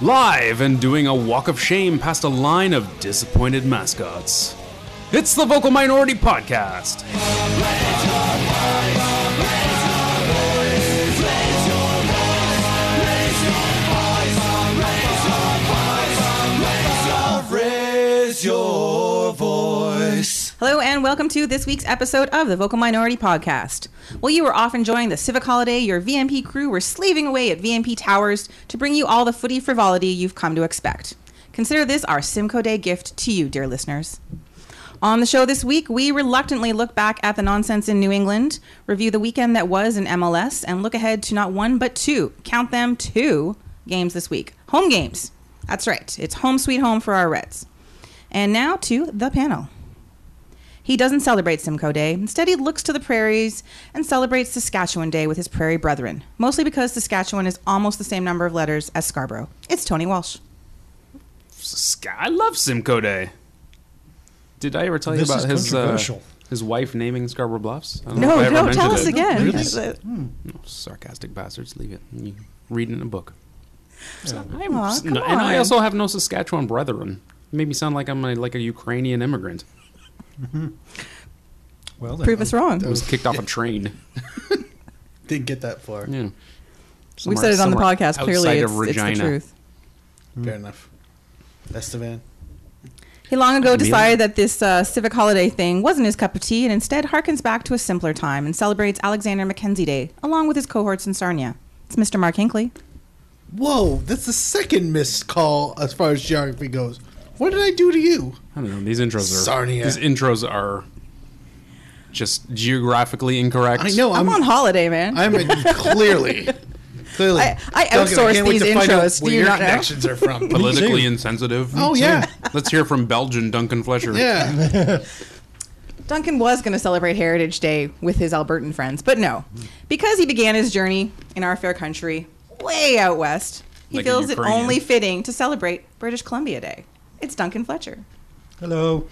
live and doing a walk of shame past a line of disappointed mascots. It's the Vocal Minority Podcast. Hello, and welcome to this week's episode of the Vocal Minority Podcast. While you were off enjoying the civic holiday, your VMP crew were slaving away at VMP Towers to bring you all the footy frivolity you've come to expect. Consider this our Simco Day gift to you, dear listeners. On the show this week, we reluctantly look back at the nonsense in New England, review the weekend that was in MLS, and look ahead to not one but two, count them two, games this week. Home games. That's right. It's home sweet home for our Reds. And now to the panel. He doesn't celebrate Simcoe Day. Instead, he looks to the prairies and celebrates Saskatchewan Day with his prairie brethren, mostly because Saskatchewan is almost the same number of letters as Scarborough. It's Tony Walsh. Sk- I love Simcoe Day. Did I ever tell you This about is his uh, controversial. his wife naming Scarborough Bluffs? I don't know No, if I ever no, mentioned tell us it. again. Oh, Really? Hmm. Sarcastic bastards, leave it. You read it in a book. Aw, come No, and I on. also have no Saskatchewan brethren. Made me sound like I'm a, like a Ukrainian immigrant. Well, then um, Prove I us wrong. I was kicked off a train. Didn't get that far. Yeah. We've said it on the somewhere podcast. outside Clearly, it's, of it's the Regina. truth. Fair enough. Estevan. He long ago Really? decided that this uh, civic holiday thing wasn't his cup of tea and instead harkens back to a simpler time and celebrates Alexander Mackenzie Day along with his cohorts in Sarnia. It's Mr. Mark Hinckley. Whoa, that's the second missed call as far as geography goes. What did I do to you? I don't know. These intros are Sarnia. These intros are just geographically incorrect. I know I'm. I'm, on holiday, man. I'm a, clearly. Clearly. I- I Duncan, outsource can't wait these to find out intros. Do Where you your not know? connections are from? politically insensitive. Oh yeah, Let's hear from Belgian Duncan Fletcher. yeah. Duncan was going to celebrate Heritage Day with his Albertan friends, but no. Because he began his journey in our fair country, way out west, he Like a feels it Ukrainian. only fitting to celebrate British Columbia Day. It's Duncan Fletcher. Hello.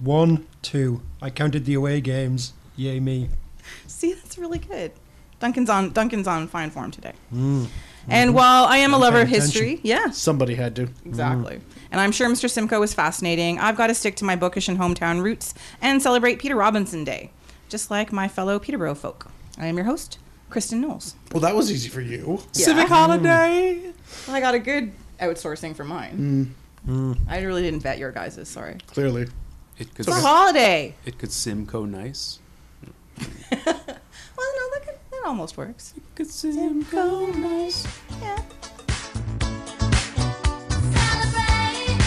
One, two. I counted the away games. Yay me. See, that's really good. Duncan's on Duncan's on fine form today. And while I am a lover of paying history, yeah, Somebody had to. exactly. And I'm sure Mr. Simcoe was fascinating. I've got to stick to my bookish and hometown roots and celebrate Peter Robinson Day, just like my fellow Peterborough folk. I am your host, Kristen Knowles. Well, that was easy for you. Civic holiday. Mm. I got a good outsourcing for mine. Mm. I really didn't vet your guys's. Sorry. Clearly. It could, It's a holiday. it could Simcoe nice. Well, no, that, could, that almost works. It could Simcoe nice. Yeah. Celebrate.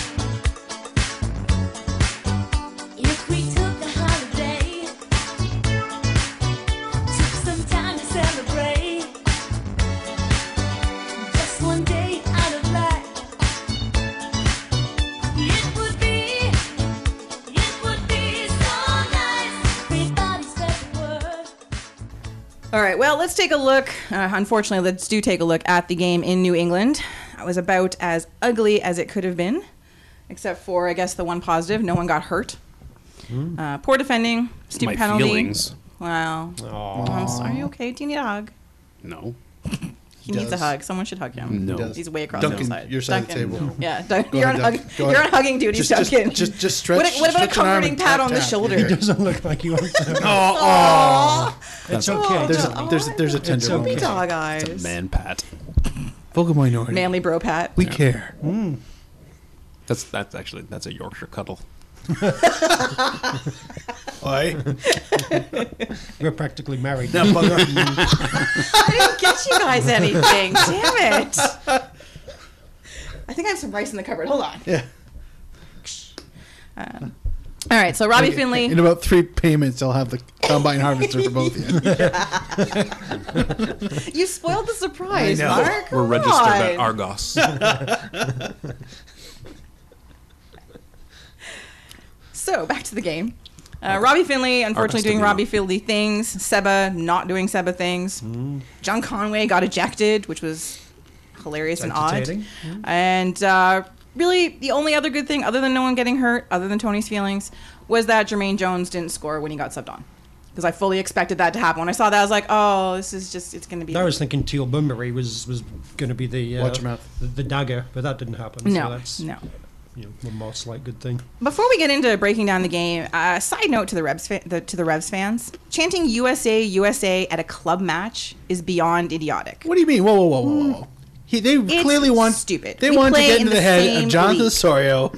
If we took a holiday, took some time to celebrate. Just one day out of life. It would be, it would be so nice. Everybody's favorite word. All right. Well, let's take a look. Uh, unfortunately, let's do take a look at the game in New England. It was about as ugly as it could have been, except for I guess the one positive: no one got hurt. Uh, poor defending, Mm. My stupid penalty. feelings. Wow. I'm sorry. Are you okay? Do you need a hug? No. He needs a does. hug. Someone should hug him. No. does. He's way across Duncan, the outside. your side of the Duncan. table. Yeah, Dun- you're, on ahead, hug- Duncan. Go you're on ahead. hugging duty, Just- just- Duncan. just- just What, stretch- what about stretch a an arm comforting and pat tap, on the tap. shoulder? Doesn't look like you want to. It's okay. There's Oh, a, there's a, there's a tender okay. moment. Dog eyes. Man pat. Vocal minority. Manly bro pat. We care. That's that's actually that's a Yorkshire cuddle. Oi. We're practically married. That bugger. I didn't get you guys anything. Damn it. I think I have some rice in the cupboard. Hold on. yeah. All right, so Robbie Finley. In about three payments, I'll have the combine harvester for both of you. You spoiled the surprise, I know. Mark. We're Come registered at on. Argos. So back to the game. Uh, Robbie Finley, unfortunately, Artist doing of the Robbie month. Finley things. Seba not doing Seba things. John Conway got ejected, which was hilarious and odd. Entertaining. And uh, really, the only other good thing, other than no one getting hurt, other than Tony's feelings, was that Jermaine Jones didn't score when he got subbed on. because I fully expected that to happen. When I saw that, I was like, oh, this is just it's going to be. I was thinking Teal Bunbury was was going to be the uh, Watch your mouth. The, the dagger, but that didn't happen. so no, that's no. you know, one more slight good thing. Before we get into breaking down the game, uh, side note to the Revs fa- the, to the Revs fans: chanting USA USA at a club match is beyond idiotic. What do you mean? Whoa, whoa, whoa, whoa, whoa. He, they clearly want Mm. stupid. They We wanted to play get in into the, the head same of Jonathan league. Osorio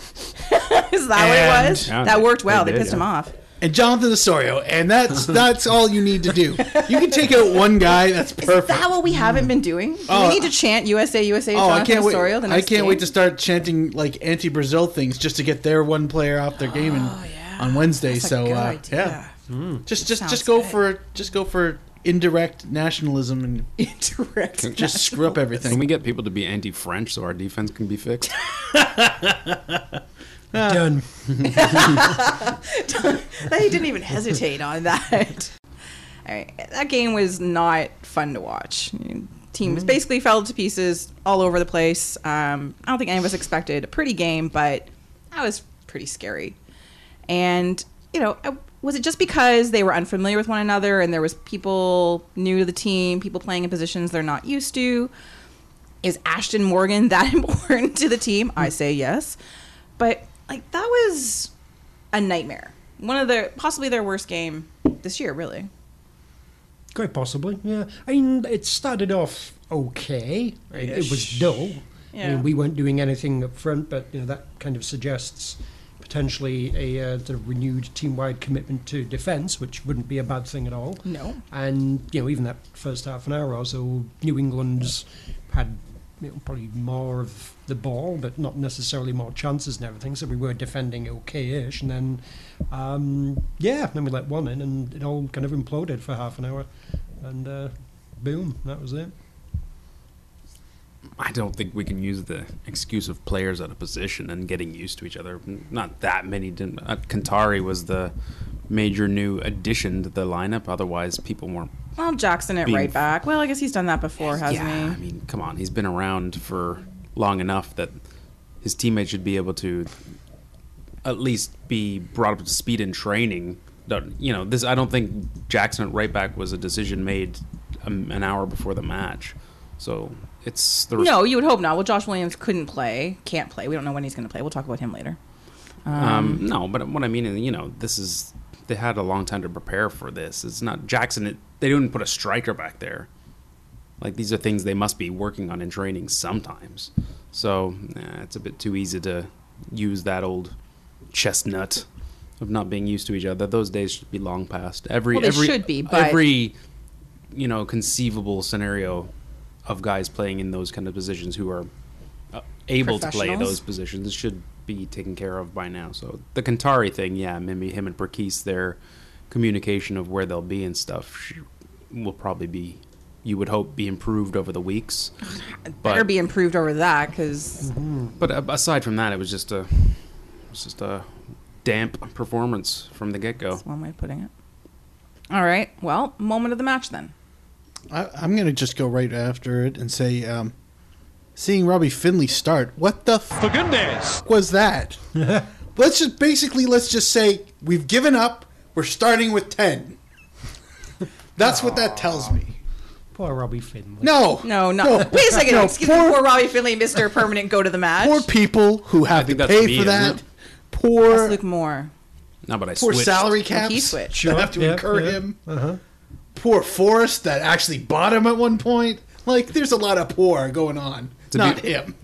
is that what it was? And- that worked well. They, They did, pissed him yeah. off. and Jonathan Osorio, and that's that's all you need to do. You can take out one guy. That's Is perfect. that what we haven't been doing? Do Oh, we need to chant USA USA. Oh, I Jonathan can't wait! Osorio the I next can't wait to game? start chanting like anti-Brazil things just to get their one player off their game and, on Wednesday. Oh, That's a so good uh, idea. yeah, just just Sounds just go good. for just go for indirect nationalism and Indirect. just screw up Can everything. we get people to be anti-French so our defense can be fixed? Ah. Done. they didn't even hesitate on that. All right, that game was not fun to watch. Team was basically fell to pieces all over the place. Um, I don't think any of us expected a pretty game, but that was pretty scary. And you know, I- was it just because they were unfamiliar with one another and there was people new to the team, people playing in positions they're not used to? is Ashton Morgan that important to the team? I say yes. But like that was a nightmare. One of their possibly their worst game this year, really. Quite possibly, yeah. I mean, it started off okay. It, it was dull. I Yeah. mean, we weren't doing anything up front, but you know that kind of suggests potentially a uh, sort of renewed team-wide commitment to defence, which wouldn't be a bad thing at all. No. And you know, even that first half an hour or so, New England's had you know, probably more of the ball, but not necessarily more chances and everything. So we were defending okay-ish, and then um, yeah, then we let one in, and it all kind of imploded for half an hour, and uh, boom, that was it. I don't think we can use the excuse of players at a position and getting used to each other. Not that many didn't. Uh, Kantari was the major new addition to the lineup. Otherwise, people weren't. Well, Jackson at Being- right back. Well, I guess he's done that before, hasn't yeah, I he? mean, come on. He's been around for long enough that his teammates should be able to at least be brought up to speed in training. Don't- You know, this. I don't think Jackson at right back was a decision made um, an hour before the match. So it's the No, you would hope not. Well, Josh Williams couldn't play, can't play. We don't know when he's going to play. We'll talk about him later. Um, no, but what I mean is, you know, this is they had a long time to prepare for this. It's not Jackson. It, they didn't put a striker back there. Like these are things they must be working on in training sometimes. So nah, it's a bit too easy to use that old chestnut of not being used to each other. Those days should be long past. Every Well, they every should be, but- every you know conceivable scenario of guys playing in those kind of positions who are uh, able to play Professionals? those positions should be taken care of by now. So the Kantari thing, yeah, maybe him and Perkis, their communication of where they'll be and stuff sh- will probably be, you would hope, be improved over the weeks. Better But, be improved over that because Mm-hmm. but a- aside from that, it was just a, it was just a damp performance from the get go. that's one way of putting it. All right. Well, moment of the match then. I, I'm gonna just go right after it and say, um, seeing Robbie Finley start, what the f- goodness! was that? let's just basically let's just say we've given up. We're starting with ten. That's what that tells me. Poor Robbie Finley. No, No, no. Wait a second. Oh, No, Excuse me. poor- Poor Robbie Finley, Mister Permanent, go to the match. Poor people who have to think that's pay me, for isn't that. it? That's Poor Luke Moore. No, but I poor switched. salary Oh, caps he switched. Sure, that have to yeah, incur yeah. him. Uh-huh. Poor Forrest that actually bought him at one point. Like, there's a lot of poor going on. To Not be- him.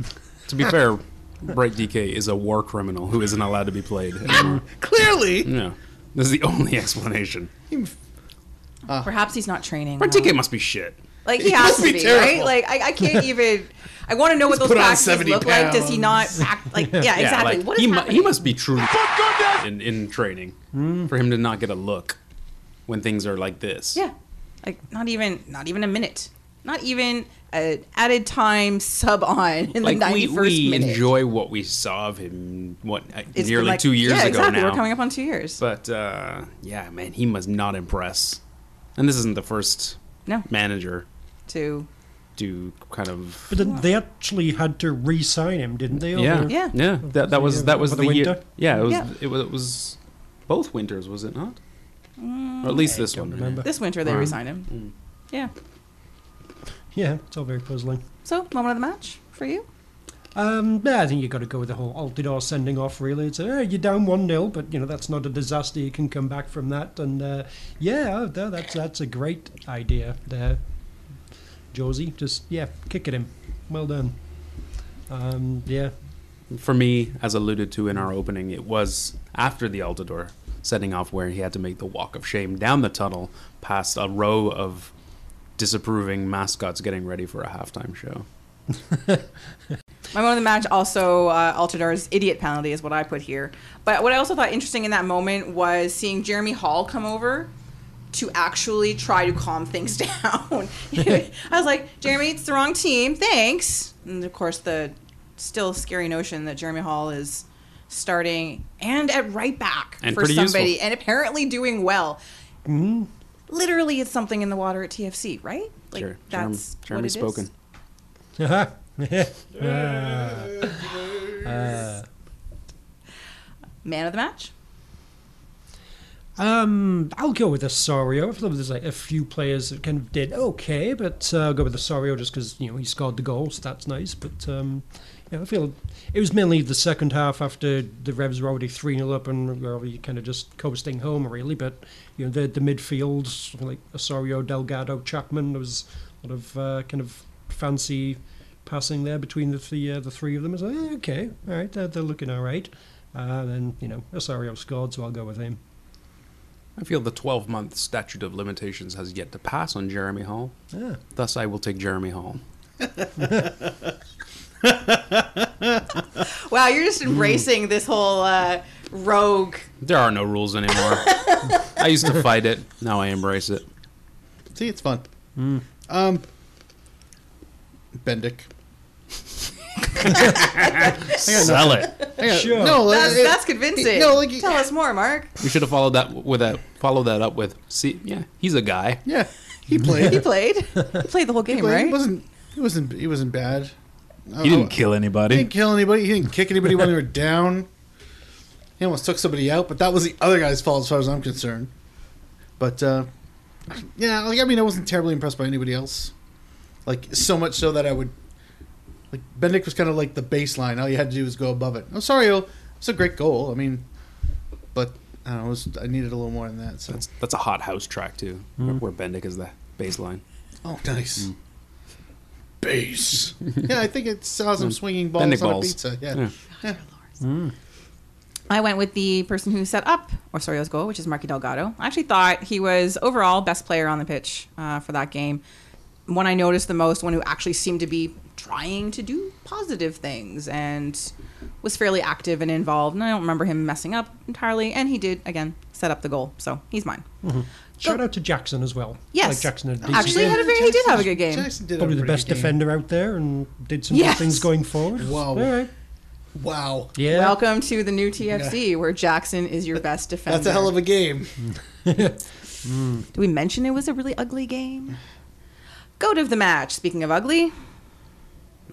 To be fair, Bright DK is a war criminal who isn't allowed to be played anymore. Clearly, yeah. This is the only explanation. Ah. Perhaps he's not training. Bright though. DK must be shit. Like he He must has to be be, right? terrible. Like I, I can't even. I want to know what those put on packages 70 look like. Does he not act like? Yeah, exactly. like, what is he, mu- happening? he must be truly in, in training for him to not get a look when things are like this. Yeah, like not even not even a minute, not even an added time sub on in Like the we, ninety first we minute. enjoy what we saw of him what uh, It's been nearly like- two years yeah, ago exactly. now. We're coming up on two years. But uh, yeah, man, he must not impress. And this isn't the first no, manager two. to kind of But then they actually had to re-sign him, didn't they? yeah over- Yeah. yeah that that So, was yeah, that was for the, the year winter? yeah it was Yeah. it was it was both winters was it not or at least this Mm. don't one. remember. This winter they Wow. resigned him. Yeah. Yeah, it's all very puzzling. So, moment of the match for you? Um, yeah, I think you've got to go with the whole Altidore sending off, really. It's, uh, you're down 1 0, but, you know, that's not a disaster. You can come back from that. And, uh, yeah, oh, tha- that's, that's a great idea there, Josie. Just, yeah, kick at him. Well done. Um, yeah, For me, as alluded to in our opening, it was after the Altador setting off where he had to make the walk of shame down the tunnel past a row of disapproving mascots getting ready for a halftime show. My moment of the match also uh, Altadar's idiot penalty is what I put here. But what I also thought interesting in that moment was seeing Jeremy Hall come over to actually try to calm things down. I was like, Jeremy, it's the wrong team. Thanks. And of course, the still scary notion that Jeremy Hall is starting and at right back And for pretty useful. Mm-hmm. somebody and apparently doing well. Literally, it's something in the water at TFC, right? Like Jer- Jeremy- that's what it Jeremy's is. spoken. Uh-huh. Man of the match. um, I'll go with Osorio. I feel there's like a few players that kind of did okay, but uh, I'll go with Osorio just because you know he scored the goal, so that's nice. But um, yeah, I feel it was mainly the second half after the Revs were already three 0 up and were already kind of just coasting home really. But you know the the midfield like Osorio, Delgado, Chapman. There was a lot of uh, kind of fancy passing there between the three, uh, the three of them. It's like, eh, okay, all right, they're, they're looking all right. Uh, then, you know, Osorio scored, so I'll go with him. I feel the 12 month statute of limitations has yet to pass on Jeremy Hall. Ah. Thus, I will take Jeremy Hall. Wow, you're Mm. just embracing this whole uh, rogue. There are no rules anymore. I used to fight it. Now I embrace it. See, it's fun. Um, Bendick. Sell it. I got- Sure. No, That's, it- that's convincing. No, like Tell us more, Mark. We should have followed that with that. Follow that up with. See, yeah, he's a guy. yeah, he played. He played. played the whole game, Like, He right? wasn't. He wasn't. He wasn't bad. He kill. didn't kill He anybody. didn't kill anybody. He didn't kick anybody when they were down. He almost took somebody out, but that was the other guy's fault as far as I'm concerned. But uh, yeah, like I mean, I wasn't terribly impressed by anybody else. Like so much so that I would like Bendick was kind of like the baseline. All you had to do was go above it. I'm sorry, it was a great goal. I mean, but uh, I don't know. It was, I needed a little more than that. So That's that's a hot house track too, where- where Bendick is the baseline. oh, nice. Base. yeah, I think it saw some swinging Mm. balls Bendick on balls. a pizza. Yeah. Yeah. I went with the person who set up Osorio's goal, which is Marky Delgado. I actually thought he was overall best player on the pitch uh, for that game. One I noticed the most, one who actually seemed to be trying to do positive things and was fairly active and involved. And I don't remember him messing up entirely. And he did, again, set up the goal. So he's mine. Mm-hmm. Shout out to Jackson as well. Yes. Like Jackson had a decent Actually, he game. had a very, he did have a good game. Jackson did have probably a the pretty best good game. defender out there and did some Yes. good things going forward. Wow. All right. Wow. Yeah. Welcome to the new TFC, where Jackson is your best defender. That's a hell of a game. Mm. Did we mention it was a really ugly game? Goat of the match. Speaking of ugly,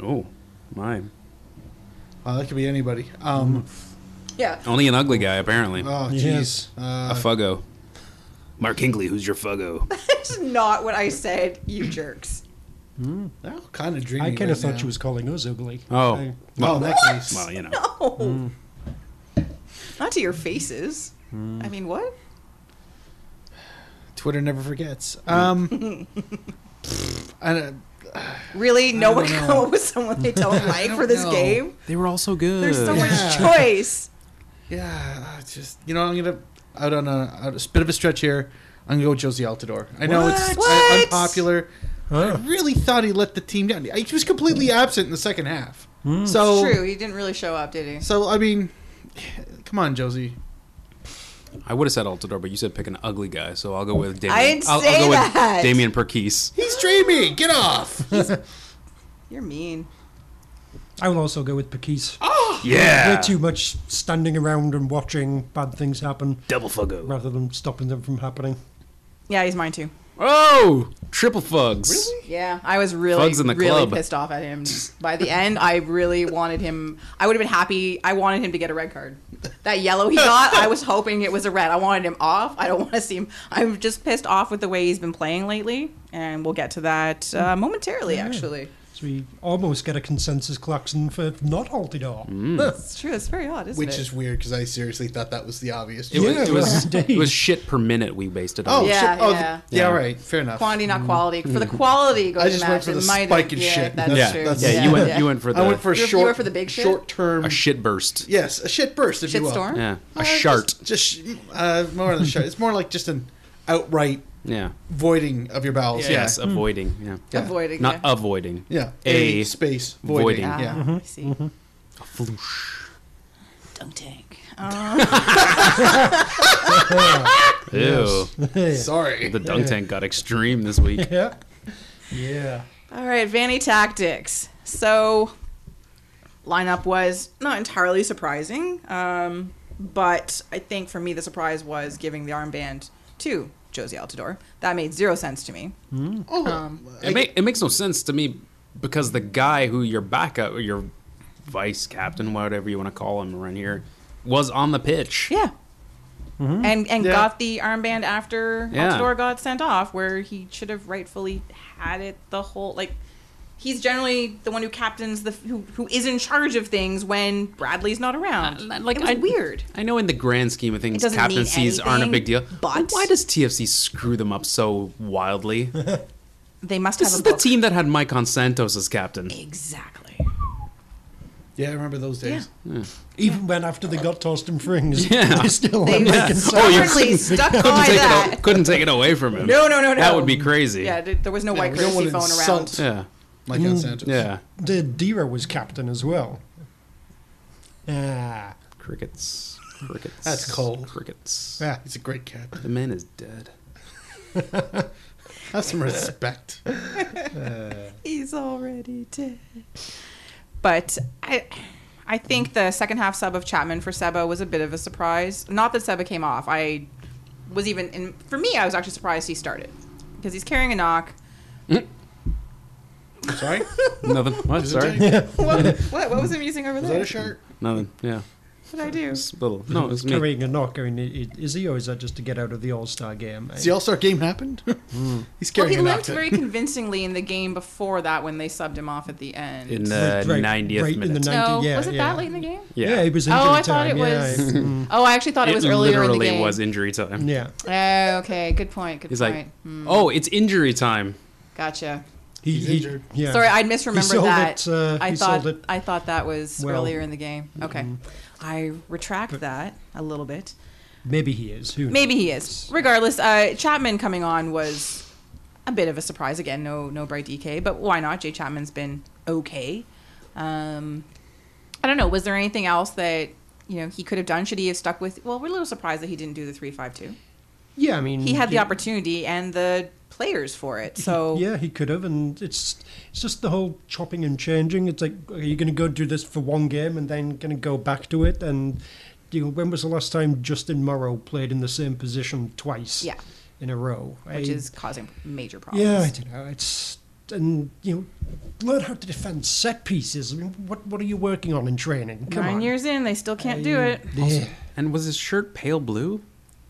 Oh my! Wow, that could be anybody. Mm. Um, yeah, Only an ugly guy apparently. oh, Yeah. jeez. a Uh, fuggo. Mark Hingley, who's your fuggo? it's not what I said. You jerks. I'm kind of dreaming. I right kind of thought now. she was calling us ugly. Oh, I- Oh, in that case. well, you know. No, Hmm. not to your faces. Hmm. I mean, what? Twitter never forgets. Mm. Um, I don't, Really? No don't one know. come up with someone they don't like for this know. game. They were all so good. There's so much Yeah. choice. yeah, I just you know, I'm gonna out on a, out a bit of a stretch here. I'm gonna go with Josie Altidore. I know it's What? uh, What? unpopular. I really thought he let the team down. He was completely absent in the second half. Hmm. So True, he didn't really show up, did he? So I mean, come on, Josie. I would have said Altador, but you said pick an ugly guy, so I'll go with Damien. I didn't will say go that. with Damien Perkis. He's dreaming. Get off. You're mean. I will also go with Pakis. Yeah. They're too much standing around and watching bad things happen Double fuggo. rather than stopping them from happening. Yeah, he's mine too. Oh, triple fugs. Really? Yeah, I was really, Thugs in the really club. pissed off at him. By the end, I really wanted him. I would have been happy. I wanted him to get a red card. That yellow he got, I was hoping it was a red. I wanted him off. I don't want to see him. I'm just pissed off with the way he's been playing lately, and we'll get to that Hmm. uh, momentarily. Actually, So we almost get a consensus Clarkson for not halted or. Mm. it's true. It's very odd, isn't Which it? is weird because I seriously thought that was the obvious. It, was, Yeah, it, was, indeed. it was shit per minute we based it on. oh, Yeah, shit. Oh, yeah. yeah. yeah. Yeah. All right. Fair enough. Quantity, Hmm. not quality. For the quality, go I to just match. went for the it might have- spike and yeah, shit. That's yeah, true. that's- yeah, You went. You went for the I went for a You went short. for the big shit? Short term. a shit burst. yes, a shit burst. If you will. Shitstorm? Yeah, Uh, a shart. Just, just uh, more than a shart. It's more like just an outright Yeah. voiding of your bowels. Yeah. Yes, avoiding. Yeah. Yeah. avoiding. Not yeah. avoiding. Yeah. A space voiding. voiding. Ah, Yeah. I see. Mm-hmm. Dunk tank. Uh, Ew. Sorry. The dunk tank got extreme this week. yeah. Yeah. All right, Vanny Tactics. So, lineup was not entirely surprising, um, but I think for me the surprise was giving the armband to Josie Altidore. That made zero sense to me. Mm-hmm. oh, I- Um, It, ma- it makes no sense to me because the guy who your backup or your vice captain, whatever you want to call him around here, was on the pitch. Yeah. And and Yeah. got the armband after Mm-hmm. Yeah. Altidore got sent off, where he should have rightfully had it the whole like. He's generally the one who captains the who, who is in charge of things when Bradley's not around. like it was Uh, I- weird. I know in the grand scheme of things, doesn't mean captaincies aren't a anything, big deal. but- why does TFC screw them up so wildly? They must this have is a the book. Oh, team that had Mike Santos as captain. Exactly. yeah, I remember those days. Even when after they got tossed in frings, Yeah. they still They had were Lincoln Oh, you stubbornly couldn't- stuck by couldn't, take that. It, a- couldn't take it away from him. No, no, no, no. That would be crazy. Yeah, th- there was no white we don't courtesy wanna phone insult- around. Yeah. Like on Santos. Yeah. The Dira was captain as well. Ah, Crickets. Crickets. That's cold. Crickets. Yeah, he's a great captain. The man is dead. Have some respect. He's already dead. But I, I think the second half sub of Chapman for Seba was a bit of a surprise. Not that Seba came off. I was even, and for me, I was actually surprised he started because he's carrying a knock. Sorry? Nothing. What? Is it Sorry. Jake? What? what? What was I using over Was that there? a shirt? Nothing. Yeah. What did I do? It's little. No, it's me. carrying a knock. I mean, i- i- is he or is that just to get out of the All Star game? Has the All Star game happened? He's Well, carrying he an limped outfit. very convincingly in the game before that when they subbed him off at the end. In uh, the Right- right- 90th right in the minute. ni- no, 90, yeah, was it yeah. that late in the game? yeah. yeah, he was injury Oh, I thought time. it yeah, Mm. was. oh, I actually thought it, was earlier in the literally game. was injury time. yeah, Oh, okay. Good point. Good He's point. Hmm, like, oh, it's injury time. Gotcha. he, He's he- injured. Yeah. Sorry, I misremembered sold that. it, uh, I he thought sold it. I thought that was well. Mm-hmm. earlier in the game. Okay, I retract that a little bit. Maybe he is. Who? knows? Maybe he is. Regardless, uh, Chapman coming on was a bit of a surprise. Again, no no bright DK, but why not? Jay Chapman's been okay. Um, I don't know. Was there anything else that you know he could have done? Should he have stuck with? Well, we're a little surprised that he didn't do the three five two. Yeah, I mean, He had the yeah. opportunity and the players for it. So Yeah, he could have, and it's it's just the whole chopping and changing. It's like, are you going to go do this for one game and then going to go back to it? And you know, when was the last time Justin Morrow played in the same position twice? Yeah. in a row, which I- is causing major problems. yeah, I don't know. It's and you know, learn how to defend set pieces. I mean, what what are you working on in training? Come Nine on. years in, they still can't do it. Yeah. And was his shirt pale blue?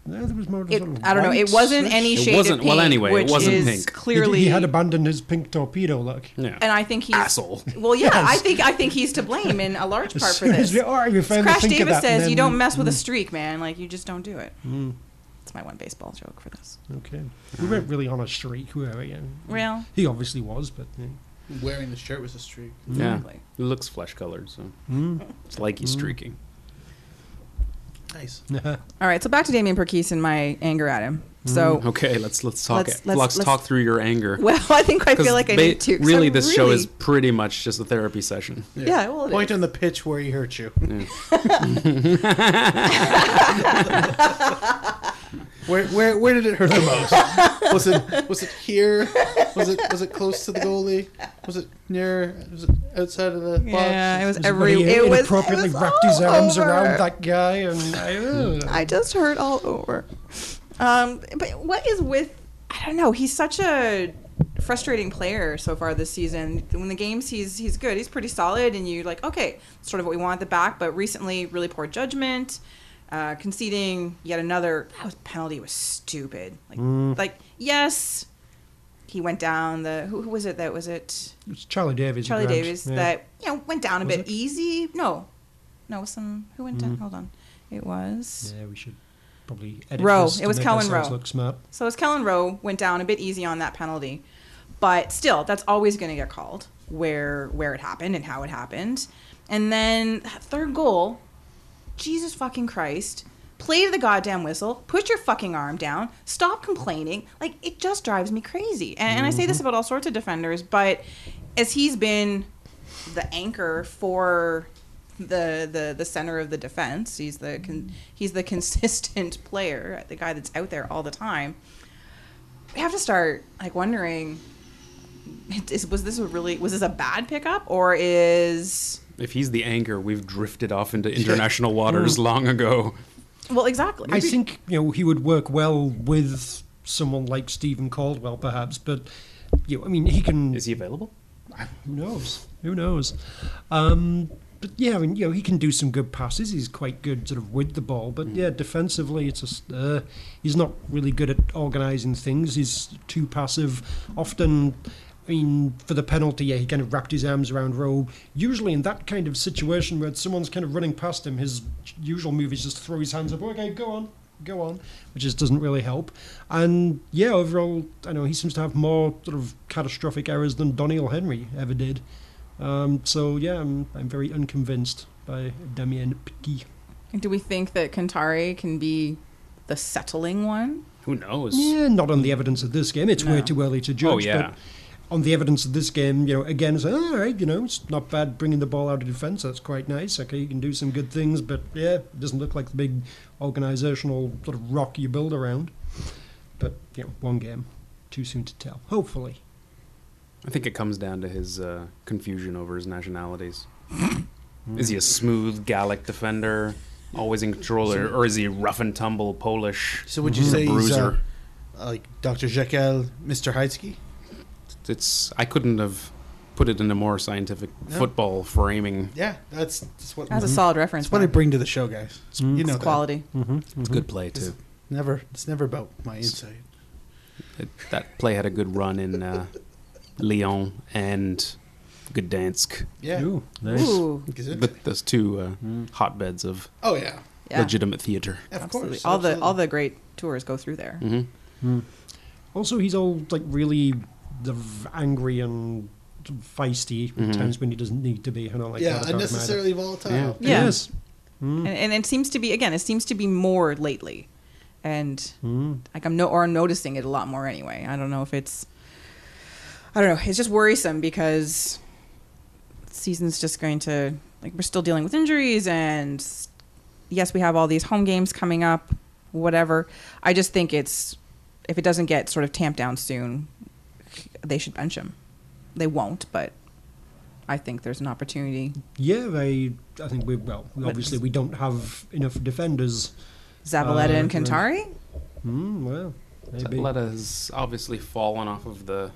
No, there was more. It, I don't know. It wasn't any It shade wasn't- of pink. well, anyway, it which wasn't is pink. Clearly, he, he had abandoned his pink torpedo look. Yeah. and I think he's Asshole. Well, yeah, I think I think he's to blame in a large part for this. Seriously, all right, we finally Crash think of Davis that, says you then- mm. don't mess with a streak, man. Like you just don't do it. It's my one baseball joke for this. Okay, we weren't really on a streak, were we? Real. He obviously was, but yeah. Wearing the shirt was a streak. yeah. Exactly. It looks flesh colored, so Hmm? it's like he's streaking. Nice. All right, so back to Damien Perkis and my anger at him. So, Okay, let's let's talk Let's- it. let's- Let's, let's- talk through your anger. Mm. well, I think I 'Cause feel like I ba- need to. 'cause Really, I'm this show really- is pretty much just a therapy session. Yeah, well, it Point is. on the pitch where he hurt you. where, where where did it hurt the most? Was it was it here? Was it was it close to the goalie? Was it near? Was it outside of the box? Yeah, it was Is every. when he It was inappropriately it was wrapped his all arms over. around that guy, and uh, I, I just hurt all over. Um, but what is with I don't know. He's such a frustrating player so far this season. When the games he's he's good, he's pretty solid, and you're like, okay, sort of what we want at the back. But recently, really poor judgment, uh, conceding yet another that was, penalty was stupid. Like, Mm. like yes, he went down. The who, who was it? That was it. It's Charlie Davies. who Charlie grabbed- Davies yeah. that you know went down a Was bit it? Mm. easy. No, no, it was some who went down. Hold on, it was. Yeah, we should probably edit Rowe. this It to was make Cowan ourselves Rowe. Look smart. So as Kellen Rowe went down a bit easy on that penalty, but still, that's always going to get called where where it happened and how it happened. And then that third goal, Jesus fucking Christ! Play to the goddamn whistle. Put your fucking arm down. Stop complaining. Like it just drives me crazy. And, and I say this Mm-hmm. about all sorts of defenders, but as he's been the anchor for the the the center of the defense. He's the con- he's the consistent player, the guy that's out there all the time. We have to start like wondering: is, was this a really was this a bad pickup or is If he's the anchor, we've drifted off into international Mm. waters long ago. well exactly? I think you know he would work well with someone like Stephen Caldwell, perhaps. But you know, I mean, he can. Is he available? Who knows? Who knows? Um, but yeah, I mean, you know, he can do some good passes. He's quite good sort of with the ball. But yeah, defensively, it's just uh, he's not really good at organising things. He's too passive. Often, I mean, for the penalty, yeah, he kind of wrapped his arms around Rowe. Usually, in that kind of situation where someone's kind of running past him, his usual move is just throw his hands up. Okay, go on. Go on, which just doesn't really help. And yeah, overall, I know he seems to have more sort of catastrophic errors than Doniel Henry ever did. Um, so yeah, I'm, I'm very unconvinced by Damien Piquet. Do we think that Kantari can be the settling one? Who knows? Yeah, not on the evidence of this game. It's No. way too early to judge. Oh, yeah. But on the evidence of this game, you know, again, it's "Oh, all right. You know, it's not bad bringing the ball out of defence. That's quite nice. Okay, you can do some good things, but yeah, it doesn't look like the big organisational sort of rock you build around. But you know, one game, too soon to tell. Hopefully. I think it comes down to his uh, confusion over his nationalities. Mm. is he a smooth Gallic defender, always in control, or, or is he rough and tumble Polish? So would you He's a say he's uh, bruiser. like Dr. Jekyll, Mr. Heidsky? It's I couldn't have put it in a more scientific Yeah. football framing. Yeah, that's, that's what That's a solid reference. that's what I man. bring to the show, guys. You know It's that. quality. It's good play too. Never, it's never about my inside. It, that play had a good run in uh, Lyon and Gdansk. Yeah. Ooh, nice. Ooh, Is it? But those two uh, hotbeds of Oh yeah, yeah, legitimate theater. of absolutely. course. all the all absolutely. the great tours go through there. Mm-hmm. Hmm. Also, he's all like really sort of angry and feisty at times when he doesn't need to be. And all like Mm-hmm. yeah, that about him either. unnecessarily volatile. Yeah. Yeah. Eh. Yes. Hmm. Mm. and, and it seems to be again it seems to be more lately and Hmm. like i'm no or i'm noticing it a lot more anyway i don't know if it's i don't know it's just worrisome because season's just going to like we're still dealing with injuries and yes we have all these home games coming up whatever i just think it's if it doesn't get sort of tamped down soon they should bench him they won't but i think there's an opportunity Yeah, they. I think we well. we Obviously, we don't have enough defenders. zabaleta and Uh, kantari right. Hmm. Well, maybe. has obviously fallen off of the,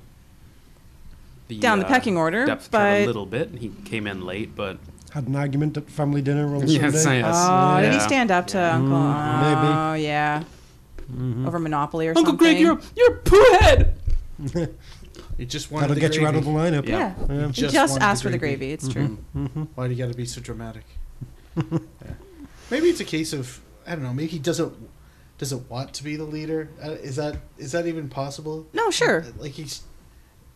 the uh, Down the pecking order, depth chart but- a little bit. He came in late, but Had an argument at family dinner on Yes, Sunday. Ah, yes. Oh, did he Yeah. stand up to Uncle? Mm, Oh, yeah. Over Monopoly or Uncle something. Greg, you're a, you're a poo head. You just wanted That'll the get you out of the gravy. lineup. Yeah. Yeah. He Just just, wanted asked the for the gravy. gravy. It's true. Why do you got to be so dramatic? Yeah. Maybe it's a case of I don't know. Maybe he doesn't doesn't want to be the leader. Uh, is that is that even possible? No, sure. Uh, Like he's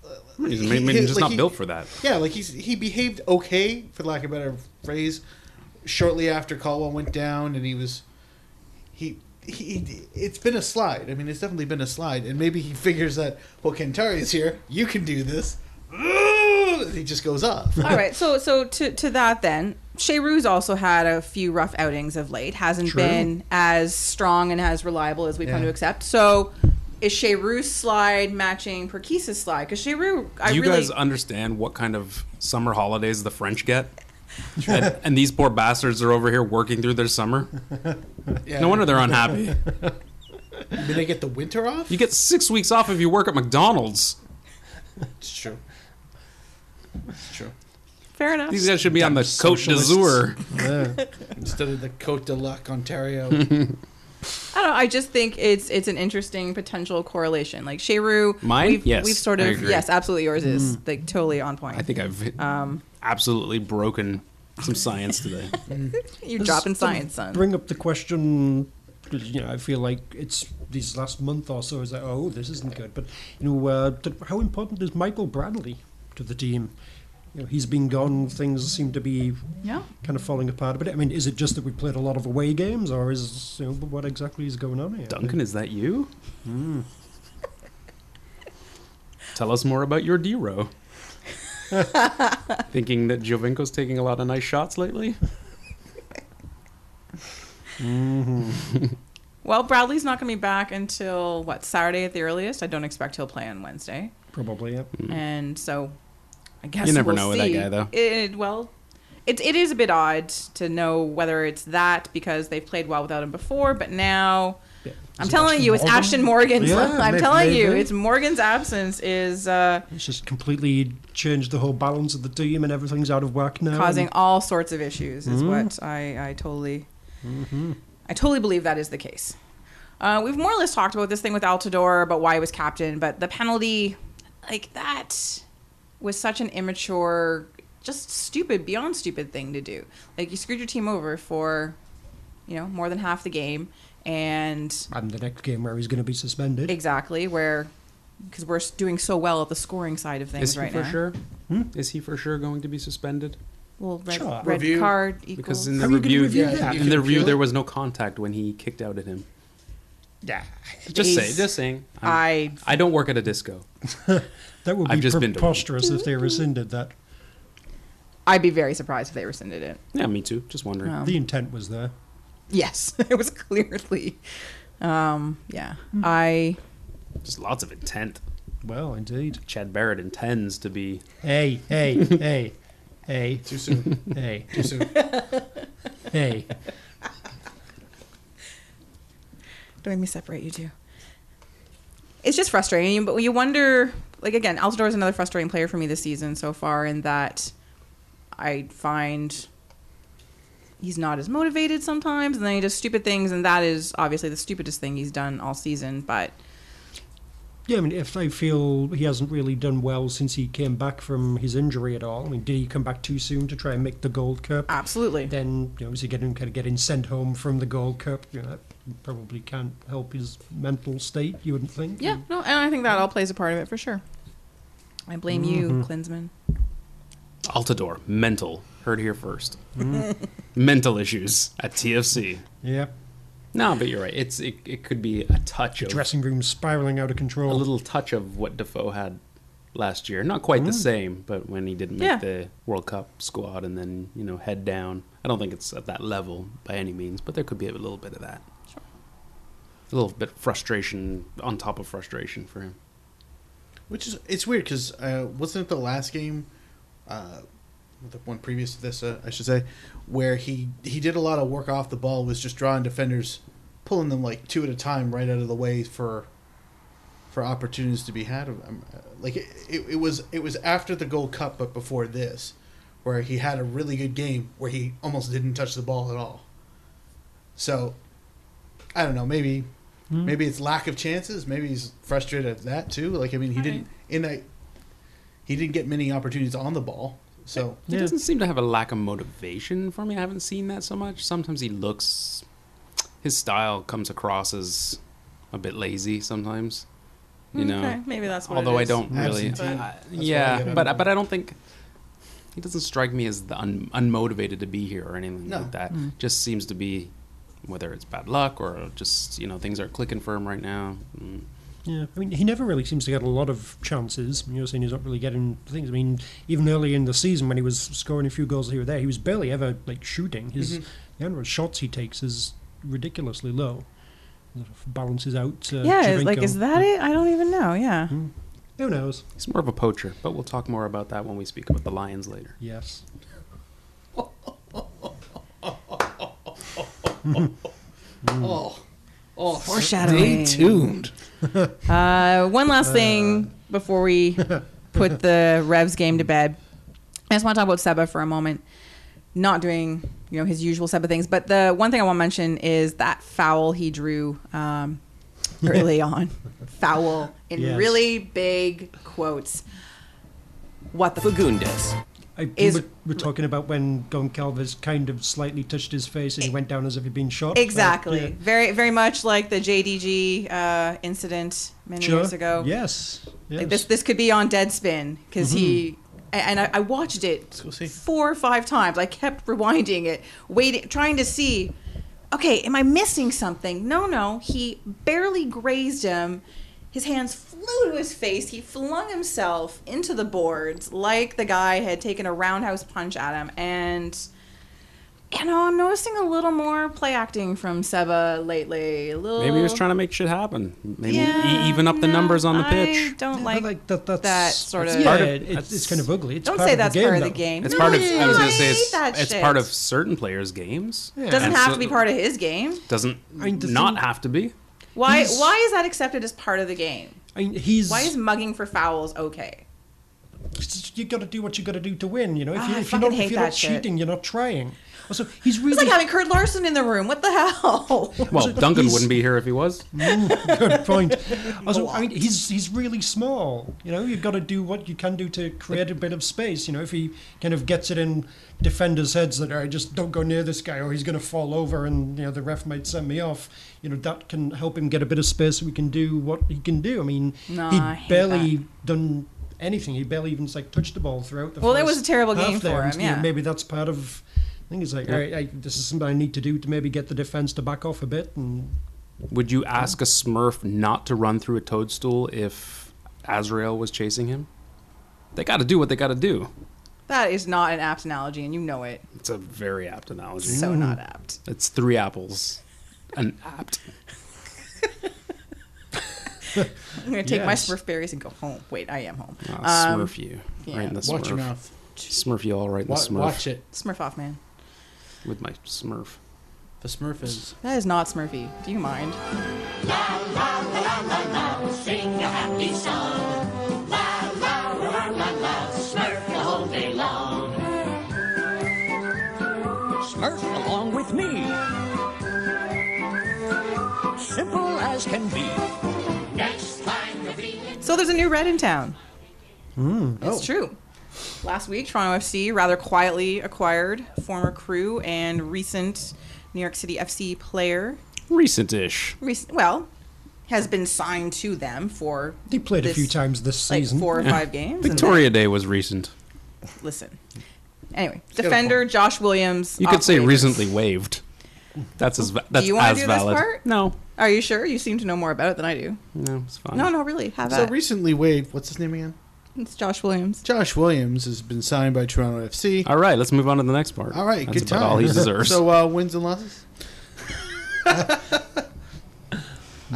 uh, He's he- maybe he- just like not he- built for that. Yeah, like he's he behaved okay, for lack of a better phrase, shortly after Caldwell went down, and he was he. He, it's been a slide. I mean, it's definitely been a slide, and maybe he figures that well, Kentari's here. You can do this. And he just goes off. All right. So, so to to that then, Shea Ruse also had a few rough outings of late. Hasn't True. been as strong and as reliable as we've come Yeah. to accept. So, is Shea Ruse's slide matching Perkisa's slide? Because Shea Ruse, I Do you really guys uh, understand what kind of summer holidays the French get? and, and these poor bastards are over here working through their summer. Yeah. No wonder they're unhappy. Then I get the winter off. You get six weeks off if you work at McDonald's. It's true. It's true. Fair enough. These guys should be on the Cote socialists. d'Azur. Instead of the Cote de Lac, Ontario. I don't know. I just think it's it's an interesting potential correlation. Like Sheru, Mine? We've, Yes, we've sort I of agree. yes, absolutely. Yours is like totally on point. Um, I think I've absolutely broken some science today. You're dropping Let's sort of science, son. Bring up the question. 'cause, You know, I feel like it's these last month or so is that oh this isn't good, but you know uh, t- how important is Michael Bradley to the team? You know, he's been gone. Things seem to be yeah. kind of falling apart a bit. I mean, is it just that we played a lot of away games, or is you know, what exactly is going on here? Duncan, is that you? Hmm. Tell us more about your D-Row. Thinking that Jovinko's taking a lot of nice shots lately? Well, Bradley's not going to be back until what Saturday at the earliest. I don't expect he'll play on Wednesday, Probably, yeah. and so I guess Hmm. You never we'll know with that see. guy, though. It, well, it it is a bit odd to know whether it's that because they've played well without him before, but now Yeah. I'm Is it telling you, it's Morgan? Ashton Morgan's. Yeah, I'm may- telling you, maybe. it's Morgan's absence is. Uh, It's just completely changed the whole balance of the team, and everything's out of whack now. causing all sorts of issues Mm-hmm. is what I, I totally I totally believe that is the case. Uh, we've more or less talked about this thing with Altador about why he was captain, but the penalty like that was such an immature, just stupid, beyond stupid thing to do. Like you screwed your team over for you know more than half the game, and and the next game where he's going to be suspended. exactly where because we're doing so well at the scoring side of things Is he right for now. sure? Hmm? Is he for sure going to be suspended? Well, red, Sure. red Review. card equals Because in the How are you gonna review, review yeah, that? in the review, appeal it? there was no contact when he kicked out at him. yeah, Just say, Jeez. just saying. I'm- I I don't work at a disco. that would I've be just been to one. preposterous if they rescinded that. I'd be very surprised if they rescinded it. Yeah, me too. Just wondering. Um, The intent was there. yes, it was clearly. Um, yeah, I Just lots of intent. Well, indeed. Chad Barrett intends to be. Hey, hey, hey, hey, Too soon. hey, Too soon. hey. don't make me separate you two. It's just frustrating, but you wonder. Like again, Altidore is another frustrating player for me this season so far, in that I find he's not as motivated sometimes, and then he does stupid things, and that is obviously the stupidest thing he's done all season. But Yeah, I mean, if I feel he hasn't really done well since he came back from his injury at all, I mean, did he come back too soon to try and make the Gold Cup? absolutely, Then, you know, is he getting kind of getting sent home from the Gold Cup? You know, that probably can't help his mental state. You wouldn't think. yeah, no, and I think that all plays a part of it for sure. I blame you, Mm-hmm. Klinsman. Altador, mental. Heard here first. Mm. mental issues at TFC. Yeah. No, but you're right. It's it, it could be a touch of Dressing room spiraling out of a control. little touch of what Defoe had last year. Not quite the same, but when he didn't make Mm. Yeah. the World Cup squad and then you know head down. I don't think it's at that level by any means, but there could be a little bit of that. Sure. A little bit of frustration on top of frustration for him. Which is it's weird because uh, wasn't it the last game, uh, the one previous to this, uh, I should say, where he he did a lot of work off the ball, was just drawing defenders, pulling them like two at a time right out of the way for, for opportunities to be had. of um, uh, Like it, it, it was it was after the Gold Cup, but before this, where he had a really good game where he almost didn't touch the ball at all. So, I don't know. Maybe Hmm. Maybe it's lack of chances. Maybe he's frustrated at that too. Like I mean, he Right. didn't in a he didn't get many opportunities on the ball. So He Yeah. doesn't seem to have a lack of motivation for me. I haven't seen that so much. Sometimes he looks, his style comes across as a bit lazy. Sometimes, you know. Mm, okay, maybe that's what. it Although I is. don't really, Absentee. I- I- That's what I get out yeah, of but it. but I don't think he doesn't strike me as the un, unmotivated to be here or anything No. like that. Mm. Just seems to be whether it's bad luck or just you know things aren't clicking for him right now. Mm. Yeah, I mean, he never really seems to get a lot of chances. You're saying he's not really getting things. I mean, even early in the season when he was scoring a few goals here or there, he was barely ever like shooting. His Mm-hmm. the number of shots he takes is ridiculously low. Sort of balances out. Uh, yeah, it's like Javinko. is that it? I don't even know. Yeah. Mm. Who knows? He's more of a poacher, but we'll talk more about that when we speak about the Lions later. Yes. oh, Oh, Foreshadowing. Stay tuned. Uh, one last thing Uh. before we put the Revs game to bed. I just want to talk about Seba for a moment. Not doing, you know, his usual Seba things, but the one thing I want to mention is that foul he drew um, early on. Foul in Yes. really big quotes. What the f- Fagundes. I, Is- we're, we're talking about when Goncalves kind of slightly touched his face and he went down as if he'd been shot. but, E- Exactly. yeah. Very, very much like the JDG uh, incident many Sure. years ago. Yes. yes. Like this, this could be on Deadspin because he Mm-hmm. and I, I watched it go see. four or five times. I kept rewinding it, waiting, trying to see. Okay, am I missing something? No, no. He barely grazed him. His hands flew to his face. He flung himself into the boards like the guy had taken a roundhouse punch at him. And you know, I'm noticing a little more play acting from Seba lately. A little. Maybe he was trying to make shit happen. Maybe Yeah, e- even up the no, numbers on the I pitch. don't Yeah, like, that, that's, that sort that's- of- Yeah, Part of- it's, it's that's- kind of ugly. It's Don't part say of that's the game, part of the though. game. It's No, part of. no, I was no, gonna I say hate it's, that it's shit. part of certain players' games. Doesn't And have so- to be part of his game. Doesn't I mean, the not thing- have to be. Why? He's- why is that accepted as part of the game? I mean, he's Why is mugging for fouls okay? you got to do what you got to do to win. You know, if, Ah, you, I if fucking you're not, hate if you're not that shit. cheating, you're not trying. Also, he's It's really like having Kurt Larson in the room. What the hell? Well, So Duncan he's- wouldn't be here if he was. good point. Also, I mean, he's he's really small. You know, you've got to do what you can do to create a bit of space. You know, if he kind of gets it in defenders' heads that I just don't go near this guy, or he's going to fall over, and you know the ref might send me off. You know, that can help him get a bit of space. so We can do what he can do. I mean, No, he I hate barely done anything. He barely even like touched the ball throughout the. Well, that first was a terrible half game there. for And, him, you know, yeah. maybe that's part of. I think it's like, all right, I, this is something I need to do to maybe get the defense to back off a bit and Would you ask a Smurf not to run through a toadstool if Azrael was chasing him? They got to do what they got to do. that is not an apt analogy, and you know it. It's a very apt analogy. So not apt. it's three apples, an apt. I'm gonna take my Yes. Ah, Smurf berries and go home. Wait, I am home. Uh, Um, smurf you yeah. right in the Smurf. Watch your mouth. Smurf you all right in the Wa- Smurf watch it. Smurf off, man. with my Smurf. The Smurf is. That is not Smurfy. Do you mind? Smurf along with me. Simple as can be. So there's a new red in town. Hmm. It's Oh. true. Last week, Toronto FC rather quietly acquired former crew and recent New York City FC player. Recent-ish. Rec- well, has been signed to them for They played a this- few times this like season. four or five games. and Victoria Day was recent. then- listen. Anyway, defender Josh Williams. You off could say waivers. recently waived. That's as va- that's you wanna as do this valid. part? No, Are you sure? You seem to know more about it than I do. no, it's fine. No, no, really. Have So that. recently, Wade, what's his name again? it's Josh Williams. Josh Williams has been signed by Toronto FC. All right, let's move on to the next part. All right, that's good about time. all he deserves. So uh, wins and losses. I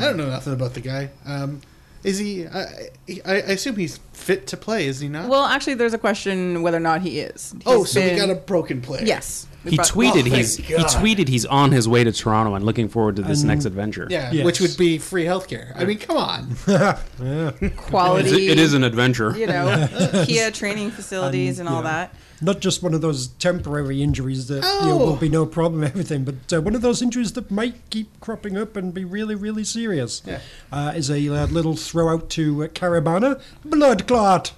don't know nothing about the guy. Um, is he? I, I, I assume he's fit to play. Is he not? Well, actually, there's a question whether or not he is. oh, He's so we been- got a broken player. Yes. We he brought- tweeted Oh, he's thank he God. tweeted he's on his way to Toronto and looking forward to this next adventure. Yeah, Yes. which would be free healthcare. I mean, come on. It's, quality. it is an adventure. you know, Kia training facilities and all that. Not just one of those temporary injuries that you know, will Oh. be no problem, everything, but uh, one of those injuries that might keep cropping up and be really, really serious. Yeah. Uh, is a uh, little throw out to uh, Carabana blood clot.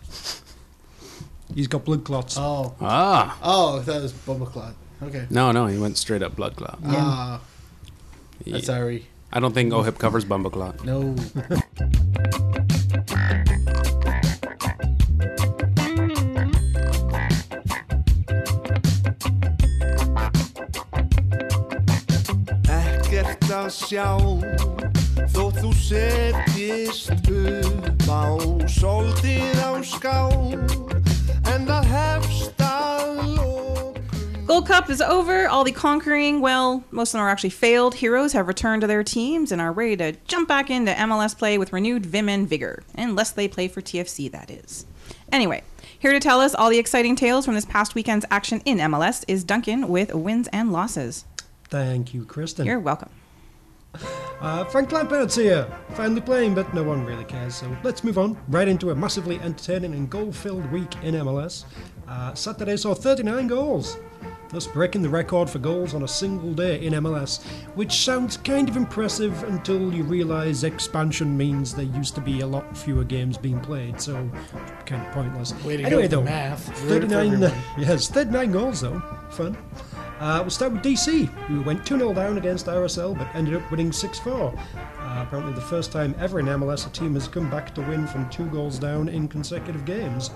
He's got blood clots. Oh, Ah, oh, that was Bubba Clot. Okay. no, no, he went straight up blood clot. Ah, He- that's sorry. I don't think OHIP covers bumble clot. No. ekkert að sjá þó þú setjist upp á soldið á ská en það hefst að lókum Gold Cup is over. All the conquering, well, most of them are actually failed heroes have returned to their teams and are ready to jump back into MLS play with renewed vim and vigor, unless they play for TFC, that is. Anyway, here to tell us all the exciting tales from this past weekend's action in MLS is Duncan with wins and losses. Thank you, Kristen. You're welcome. Uh, Frank Lampert's here, finally playing, but no one really cares, so let's move on right into a massively entertaining and goal filled week in MLS. Uh, Saturday saw 39 goals, thus breaking the record for goals on a single day in MLS, which sounds kind of impressive until you realise expansion means there used to be a lot fewer games being played, so kind of pointless. Way to go anyway, with though, math. Ruined it for 39, everyone. yes, 39 goals though, fun. Uh, we'll start with DC, who went 2 0 down against RSL but ended up winning 6 4. Uh, apparently, the first time ever in MLS a team has come back to win from two goals down in consecutive games.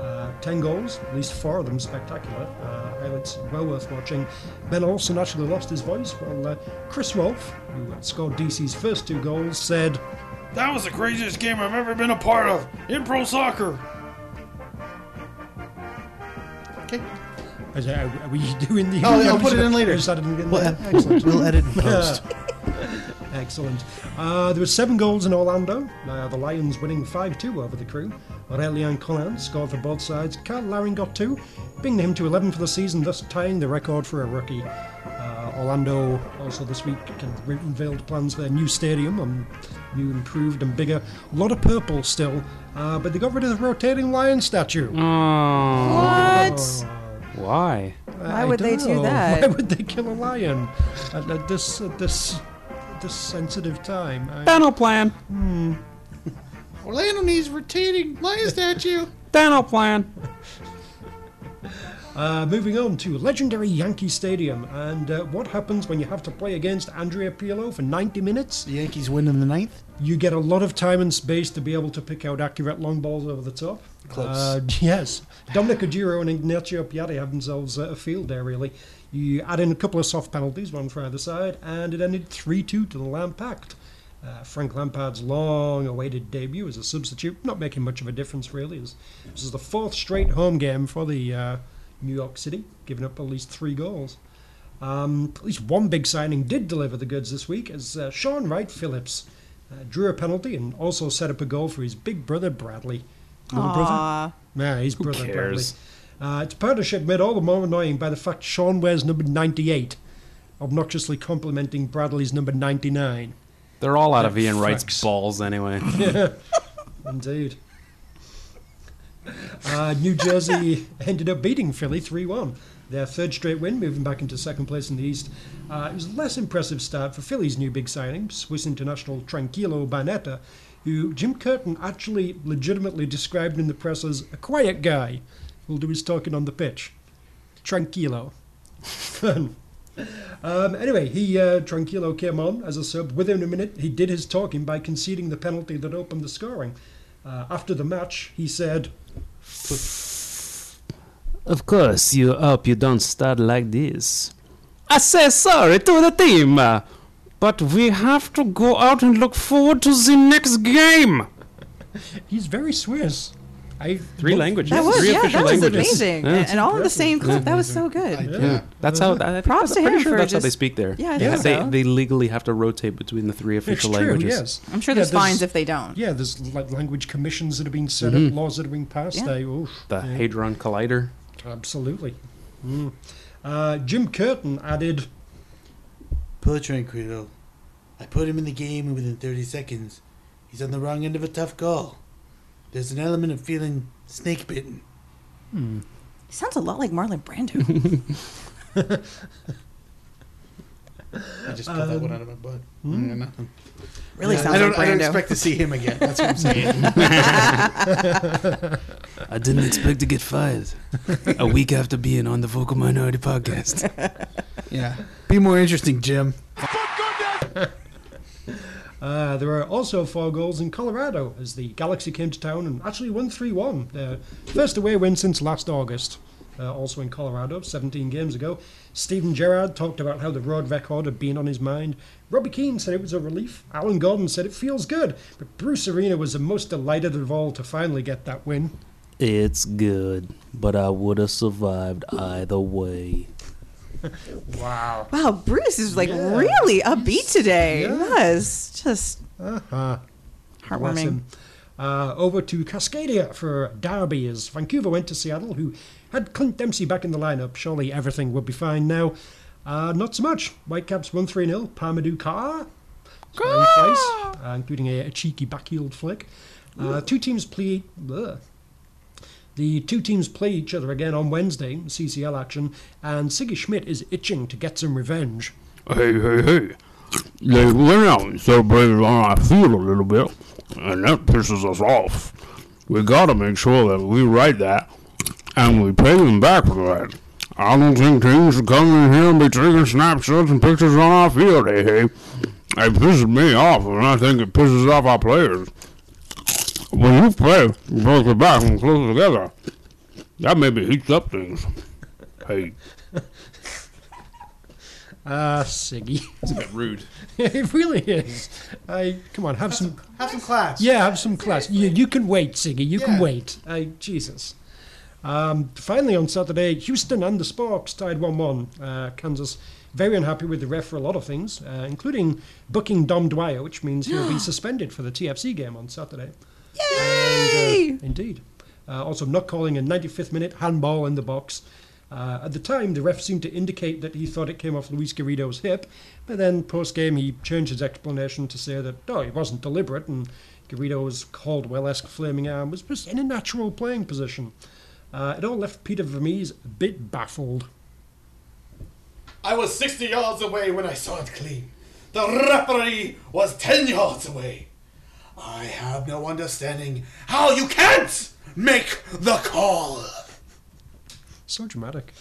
Uh, 10 goals, at least four of them spectacular. Uh, highlights well worth watching. Ben Olsen actually lost his voice while uh, Chris Wolf, who had scored DC's first two goals, said, That was the craziest game I've ever been a part of in pro soccer. Okay. Is that- Are we doing the. Oh, I'll put it in later. I just added it in We'll, there. Excellent. we'll edit and post. Excellent. Uh, there were seven goals in Orlando. Uh, the Lions winning 5-2 over the crew. Aurelien Conan scored for both sides. Carl Laring got two, bringing him to 11 for the season, thus tying the record for a rookie. Uh, Orlando also this week can- unveiled plans for their new stadium, um, new, improved and bigger. A lot of purple still, uh, but they got rid of the rotating lion statue. Oh, What? why? Why I would don't they do know. that? Why would they kill a lion at, at this at this at this sensitive time? I- Dental plan. Orlando needs rotating lion statue. Dental plan. Uh, moving on to legendary Yankee Stadium and uh, what happens when you have to play against Andrea Pirlo for 90 minutes? The Yankees win in the ninth. You get a lot of time and space to be able to pick out accurate long balls over the top. Close. Uh, yes. Dominic Oduro and Ignacio Piatti have themselves uh, a field there, really. You add in a couple of soft penalties, one for either side, and it ended 3 2 to the Lamb Pact. Uh, Frank Lampard's long awaited debut as a substitute, not making much of a difference, really. As this is the fourth straight home game for the uh, New York City, giving up at least three goals. Um, at least one big signing did deliver the goods this week as uh, Sean Wright Phillips uh, drew a penalty and also set up a goal for his big brother Bradley. Little brother? Yeah, his brother cares? Bradley. Uh, it's a partnership made all the more annoying by the fact Sean wears number 98, obnoxiously complimenting Bradley's number 99. They're all out of Yeah, Ian Wright's fucks. balls anyway. Indeed. Uh, New Jersey ended up beating Philly 3 1. Their third straight win, moving back into second place in the East. Uh, it was a less impressive start for Philly's new big signing, Swiss international Tranquilo Banetta, who Jim Curtin actually legitimately described in the press as a quiet guy who'll do his talking on the pitch. Tranquilo. Fun. Um, anyway, he uh, Tranquilo came on as a sub. Within a minute, he did his talking by conceding the penalty that opened the scoring. Uh, after the match, he said, Of course, you hope you don't start like this. I say sorry to the team, uh, but we have to go out and look forward to the next game. "He's very Swiss." I Three languages. That was Three yeah, that official was languages. amazing, Yeah. and, and all in the same clip. That was so good. Yeah, that's how. I think Props that's- to I'm pretty him sure for that's how just- they speak there. Yeah, I they, think so. they legally have to rotate between the three It's official true. languages. Yes, I'm sure there's yeah, fines if they don't. Yeah, there's like language commissions that have been set Mm-hmm. up, laws that have been passed. Yeah. They, oof, The yeah. Hadron Collider. absolutely. Mm. Uh, Jim Curtin added, Poor Tranquilo. I put him in the game and within 30 seconds, he's on the wrong end of a tough call. There's an element of feeling snake bitten. He sounds a lot like Marlon Brando. I just pulled that one out of my butt. Yeah, nothing. Really Yeah, sounds I don't, like I don't Brando. expect to see him again. That's what I'm saying. I didn't expect to get fired a week after being on the Vocal Minority podcast. yeah. Be more interesting, Jim. Uh, there were also four goals in Colorado as the Galaxy came to town and actually won 3 1. Their first away win since last August, uh, also in Colorado, 17 games ago. Stephen Gerrard talked about how the road record had been on his mind. Robbie Keane said it was a relief. Alan Gordon said it feels good. But Bruce Arena was the most delighted of all to finally get that win. It's good, but I would have survived either way. Wow. wow, Bruce is like Yeah. really upbeat today. Yeah. That is just Uh-huh. Bless heartwarming. him. Uh, over to Cascadia for Derby as Vancouver went to Seattle, who had Clint Dempsey back in the lineup. Surely everything would be fine now. Uh, not so much. Whitecaps 1 3 0. Parmadou Carr scoring twice, uh, including a, a cheeky backheeled flick. Uh, two teams play. Bleh. The two teams play each other again on Wednesday, CCL action, and Siggy Schmidt is itching to get some revenge. hey, hey, hey. They went out and celebrated on our field a little bit, and that pisses us off. We gotta make sure that we write that, and we pay them back for that. I don't think teams should come in here and be taking snapshots and pictures on our field, hey, hey. It pisses me off, and I think it pisses off our players. When you play, you both get back and close together. That maybe heats up things. Hey. Ah, Siggy. It's a bit rude. it really is. I come on, have some. Have some class. Yeah, have some class. You, you can wait, Siggy. You can wait. I, Jesus. Um, finally, on Saturday, Houston and the Sparks tied 1 1. Uh, Kansas very unhappy with the ref for a lot of things, uh, including booking Dom Dwyer, which means he'll be suspended for the TFC game on Saturday. Yay! Indeed. Uh, also, not calling a 95th minute handball in the box. Uh, at the time, the ref seemed to indicate that he thought it came off Luis Garrido's hip, but then post game he changed his explanation to say that, no, it wasn't deliberate, and Garrido's Caldwell esque flaming arm was just in a natural playing position. Uh, it all left Peter Vermees a bit baffled. I was 60 yards away when I saw it clean. The referee was 10 yards away. I have no understanding how you can't make the call. So dramatic.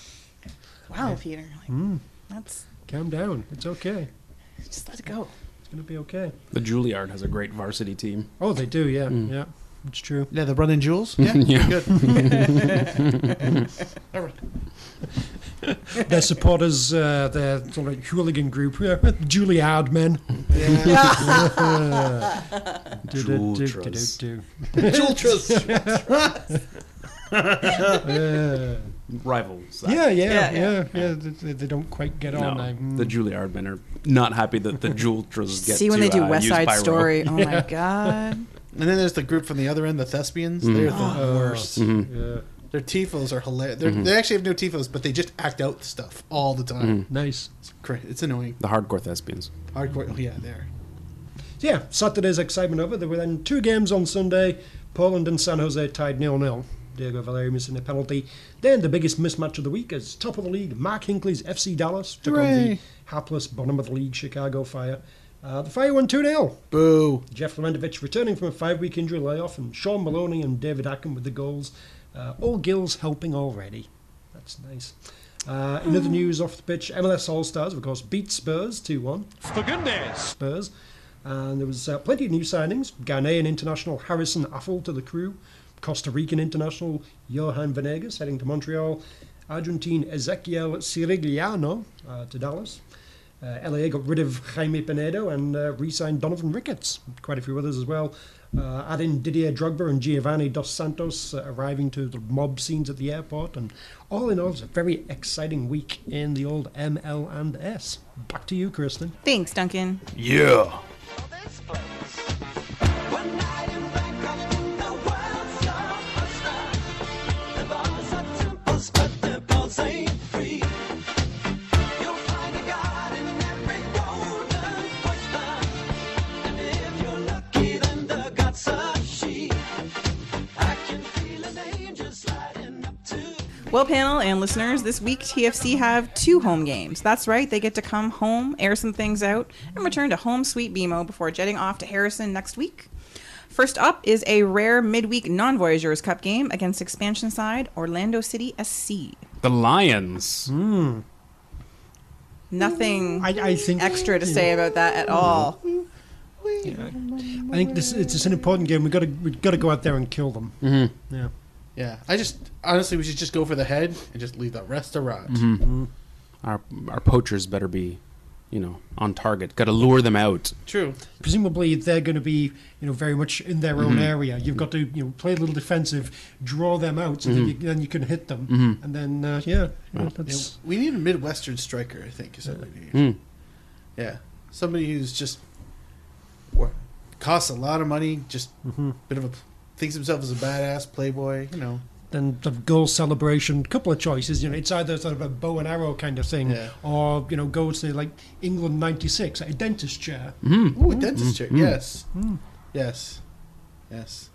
Wow, Peter. Like, Hmm. That's Calm down. It's okay. just let it go. It's going to be okay. The Juilliard has a great varsity team. Oh, they do, yeah. Yeah, it's true. Yeah, the running jewels. Yeah, Mm-hmm. good. their supporters, uh, their sort of hooligan group, yeah, Juilliard men. Do, do, do, do, do, do. Rivals. that. Yeah, yeah, Yeah, yeah. yeah, yeah. They, they- they don't quite get on. I- No, the Juilliard men are not happy that the Juiltras get Mm. See when to, they do uh, West use Side pyro. Story. Oh my God. And then there's the group from the other end, the thespians. They're the worst. yeah. Their tifos are hilarious. They're They actually have no tifos, but they just act out stuff all the time. Nice. It's cra It's annoying. The hardcore thespians. Hardcore. Oh, yeah, there. yeah, Saturday's excitement over. There were then two games on Sunday. Poland and San Jose tied 0 0. Diego Valeri missing a penalty. Then the biggest mismatch of the week is top of the league, Mark Hinckley's FC Dallas took on the Hooray. hapless bottom of the league Chicago Fire. Uh, the Fire won 2 0. Boo. Jeff Lemendovich returning from a five week injury layoff, and Sean Maloney and David Acken with the goals. Uh, all Gills helping already. That's nice. Uh, in other news off the pitch, MLS All Stars, of course, beat Spurs 2 1. Spurs. And there was uh, plenty of new signings. Ghanaian international Harrison Affle to the crew. Costa Rican international Johan Venegas heading to Montreal. Argentine Ezequiel Sirigliano uh, to Dallas. Uh, LA got rid of Jaime Pinedo and uh, re-signed Donovan Ricketts. Quite a few others as well. Uh, add in Didier Drogba and Giovanni Dos Santos uh, arriving to the mob scenes at the airport. And all in all, it's a very exciting week in the old ML and S. Back to you, Kristen. Thanks, Duncan. Yeah. Well, panel and listeners, this week TFC have two home games. That's right, they get to come home, air some things out, and return to home sweet BMO before jetting off to Harrison next week. First up is a rare midweek non Voyageurs Cup game against expansion side Orlando City SC. The Lions. Hmm? Nothing I, I think Mm-hmm. extra to say about that at all. I think this it's just an important game. We got to we got to go out there and kill them. Mm-hmm. Yeah, Yeah, I just honestly, we should just go for the head and just leave the rest to rot. Mm-hmm. Our our poachers better be, you know, on target. Got to lure them out. True. presumably they're going to be you know very much in their own area. You've got to you know play a little defensive, draw them out, so that you, then you can hit them, and then uh, yeah, you know, that's We need a midwestern striker. I think is what we need. Hmm. Yeah, somebody who's just wor- costs a lot of money. Just bit of a thinks himself as a badass playboy. You know, Then the goal celebration, couple of choices. You know, it's either sort of a bow and arrow kind of thing, or you know, go to like England '96, a dentist chair. Hmm. Mm. Ooh, a dentist chair. Yes. Yes. Yes.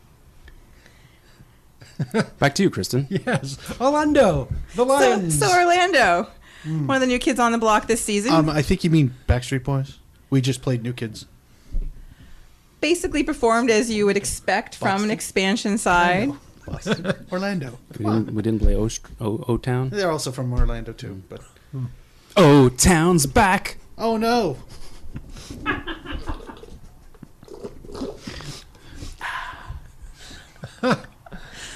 Back to you, Kristen. Yes. Orlando, the So, Lions. so Orlando, Mm. one of the new kids on the block this season, Um, I think you mean Backstreet Boys. We just played New Kids. basically performed as you would expect from an expansion side. Orlando. We didn't, we didn't play O- O O Town. They're also from Orlando Hmm. too, but O Town's back. oh no.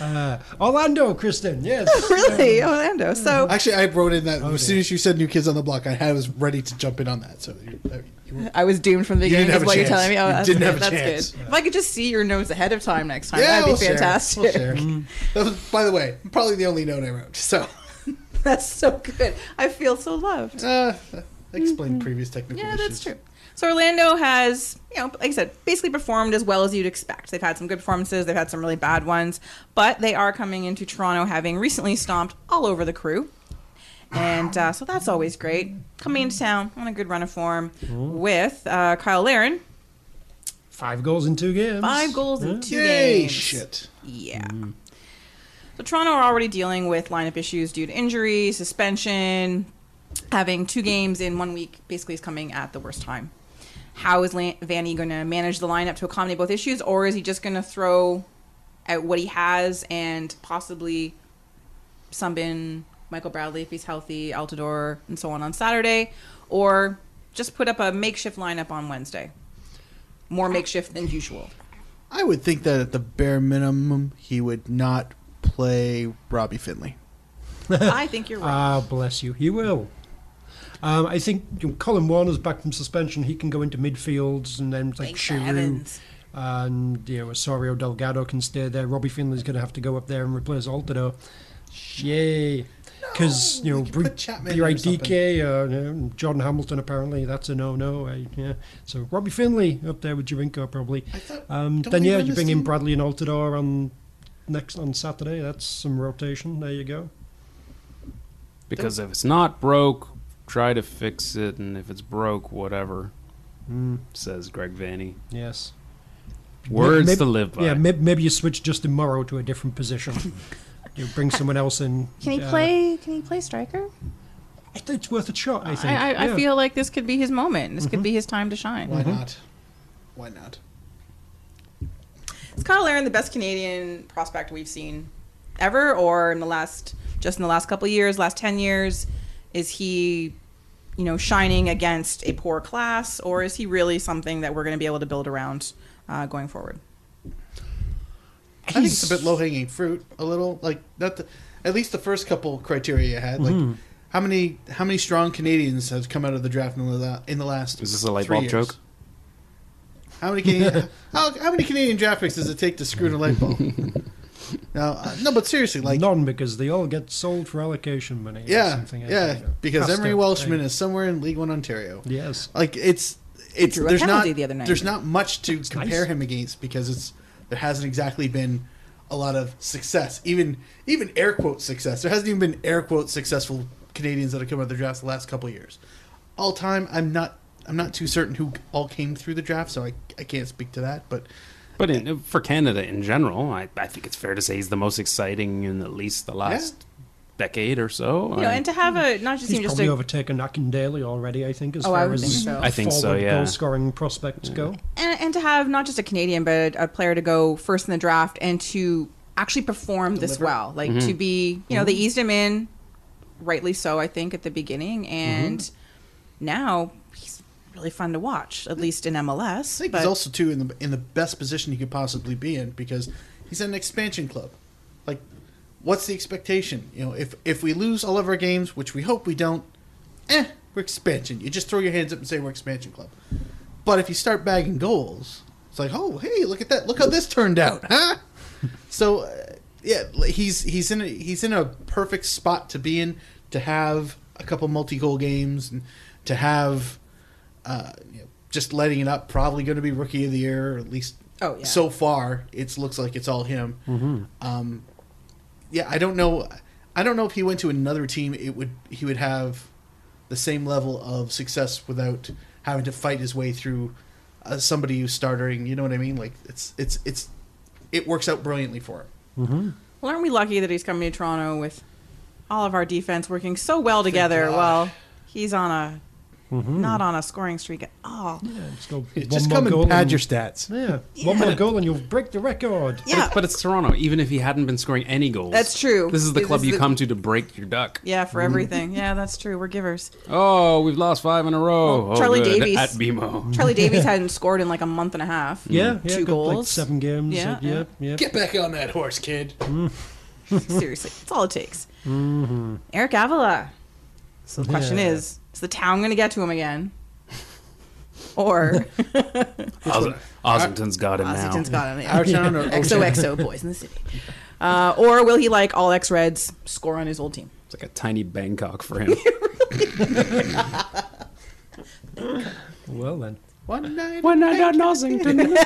Uh, Orlando, Kristen. Yes. really, Orlando. Mm-hmm. So Actually, I wrote in that as soon as you said New Kids on the Block, I had, was ready to jump in on that. So you, you were- I was doomed from the You didn't beginning. have Is a what you're chance. telling me? Oh, You that's, didn't good. have a that's chance. good. If I could just see your notes ahead of time next time, yeah, that'd be we'll share. fantastic. We'll share. That was, by the way, probably the only note I wrote. So That's so good. I feel so loved. uh, explain previous technical Mm-hmm. Yeah, issues. that's true. So Orlando has, you know, like I said, basically performed as well as you'd expect. They've had some good performances, they've had some really bad ones, but they are coming into Toronto having recently stomped all over the crew. And uh, so that's always great. Coming into town on a good run of form with uh, Kyle Laren. Five goals in two games. Five goals in two Yay, games. shit. Yeah. So Toronto are already dealing with lineup issues due to injury, suspension. Having two games in one week basically is coming at the worst time. How is Lan- Vanny going to manage the lineup to accommodate both issues, or is he just going to throw at what he has and possibly Sunbin, Michael Bradley if he's healthy, Altador, and so on on Saturday, or just put up a makeshift lineup on Wednesday? More makeshift than usual. I would think that at the bare minimum, he would not play Robbie Finley. I think you're right. Ah, bless you. He will. Um, I think you know, Colin Warner's back from suspension. He can go into midfields and then like Thank Shiru heavens. and you know Osorio Delgado can stay there. Robbie Finley's going to have to go up there and replace Altidore. Yay! Because you know could put Chapman in or DK, uh, you know, Jordan Hamilton apparently that's a no-no. I, yeah, so Robbie Finley up there with Jarinko probably. Um, don't then we yeah, run you this bring in team? Bradley and Altidore on next on Saturday. That's some rotation. There you go. Because if it's not broke, try to fix it, and if it's broke, whatever. Hmm. Says Greg Vanny. Yes. Words Maybe- to live by. Yeah, maybe, maybe you switch Justin Morrow to a different position. you bring someone else in. Can he uh, play? Can he play striker? I think it's worth a shot. I think. I, I, Yeah. Mm-hmm. I feel like this could be his moment. This could be his time to shine. Why not? Why not? Is Kyle Aaron the best Canadian prospect we've seen ever, or in the last just in the last couple of years, last ten years? Is he, you know, shining against a poor class, or is he really something that we're going to be able to build around uh, going forward? I think it's a bit low hanging fruit. A little like not the, at least the first couple criteria you had. Like Mm-hmm. how many how many strong Canadians have come out of the draft in the, la- in the last? Is this a light three bulb years? joke? How many Canadian how, how many Canadian draft picks does it take to screw in a light bulb? now, uh, no, but seriously, like none because they all get sold for allocation money. or yeah, something, I yeah, think, or because passed Emery up, Welshman right. is Uh, somewhere in League One Ontario. Yes. Like it's it's drew a there's not penalty the other night. there's not much to compare nice. him against because it's there hasn't exactly been a lot of success, even even air quote success. There hasn't even been air quote successful Canadians that have come out of the draft the last couple of years. All time, I'm not I'm not too certain who all came through the draft, so I, I can't speak to that. But But in, for Canada in general, I, I think it's fair to say he's the most exciting in at least the last decade or so. You know, I- and to have a not just He's even just probably a overtaken Akin Daly already. I think as Oh, I far would as think so. I think so, forward yeah. goal scoring prospects go. and, and to have not just a Canadian but a player to go first in the draft and to actually perform this Deliver. Mm-hmm. well, like to be, you know, they eased him in, rightly so, I think, at the beginning, and Mm-hmm. now he's really fun to watch, at least in MLS. I think but he's also too in the in the best position he could possibly be in because he's at an expansion club. Like, what's the expectation? You know, if if we lose all of our games, which we hope we don't, eh, we're expansion. You just throw your hands up and say we're expansion club. But if you start bagging goals, it's like, oh, hey, look at that! Look how this turned out, huh? so, uh, yeah, l- he's he's in a, he's in a perfect spot to be in to have a couple multi-goal games and to have uh, you know, just letting it up. Probably going to be rookie of the year, or at least Oh, yeah. so far. It looks like it's all him. Um, yeah, I don't know. I don't know if he went to another team, it would he would have the same level of success without having to fight his way through uh, somebody who's starting. You know what I mean? Like it's it's it's it works out brilliantly for him. Mm-hmm. Well, aren't we lucky that he's coming to Toronto with all of our defense working so well together? God. Well, he's on a Mm-hmm. Mhm. not on a scoring streak at all. Just, go Yeah, one just more come and goal pad your stats. Yeah, one more goal and you'll break the record. Yeah. But it's Toronto. Even if he hadn't been scoring any goals, That's true. This is the This club is you the- come to to break your duck. Yeah, Mm-hmm. for everything. Yeah, that's true. We're givers. Oh, we've lost five in a row. Well, Charlie oh, good. Davies- at BMO. Charlie Davies hadn't scored in like a month and a half. Yeah, yeah, two got, like, goals, seven games, uh, yeah, yeah. Get back on that horse, kid. Seriously, that's all it takes. Eric Avila. So the question Mm-hmm. Yeah. is: Is the town going to get to him again, or Os- Ossington's got him now. Ossington's got him? Our town or XOXO boys in the city, uh, or will he like all X Reds score on his old team? It's like a tiny Bangkok for him. Well then. One night, one night on Ossington.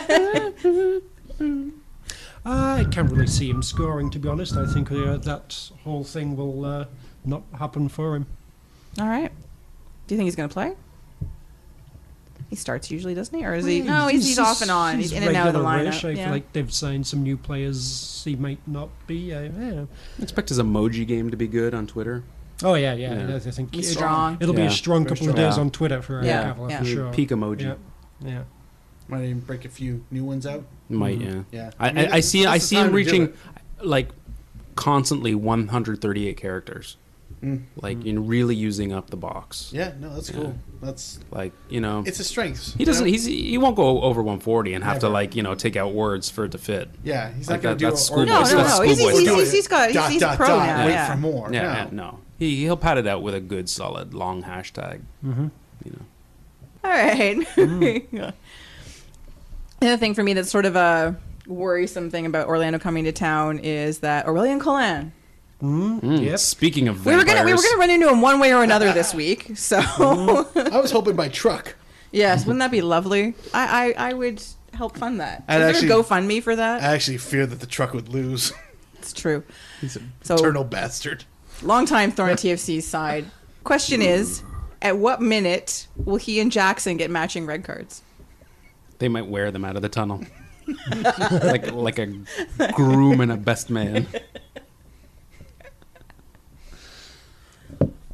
I can't really see him scoring, to be honest. I think uh, that whole thing will uh, not happen for him. All right. Do you think he's going to play? He starts usually, doesn't he? Or is he? Well, No, he's, he's, off and on. He's, in and out of the regular-ish. I lineup. feel Yeah. like they've signed some new players. He might not be. uh, I, I don't know. Expect his emoji game to be good on Twitter. Oh yeah, yeah. I think He's it- strong. It'll be Yeah. a strong Very couple of strong. days Yeah. on Twitter for Yeah, Eric Cavalier yeah. for Mm, sure. peak emoji. Yeah. yeah. Might even break a few new ones out. Might Mm-hmm. yeah. Yeah. I, I, mean, I see. that's I the see time him to do reaching it. like constantly 138 characters. Mm. Mm-hmm. Like in really using up the box. Yeah, no, that's cool. That's Like you know, It's his strengths, He doesn't. you know? He's he won't go over 140 and have to Never. like you know take out words for it to fit. Yeah, he's Like not gonna that- do that's a- schoolboy- No, no, that's no, schoolboy he's- he's- stuff. he's- he's got- he's- Dot, he's a dot, pro dot, now, wait yeah. for more. Yeah, No. yeah, no. He he'll pat it out with a good solid long hashtag. Mm-hmm. Mhm. You know. All right. Mm. the other thing for me that's sort of a worrisome thing about Orlando coming to town is that Aurelian Colan. Mm, Speaking of We were gonna we were vampires- gonna run into him one way or another this week. So I was hoping by truck. Yes, wouldn't that be lovely? I I, I would help fund that. I'd Is actually- there a GoFundMe for that? I actually fear that the truck would lose. It's true. He's an So- eternal bastard. Long time Thorn TFC's side. Question is, at what minute will he and Jackson get matching red cards? They might wear them out of the tunnel. like like a groom and a best man.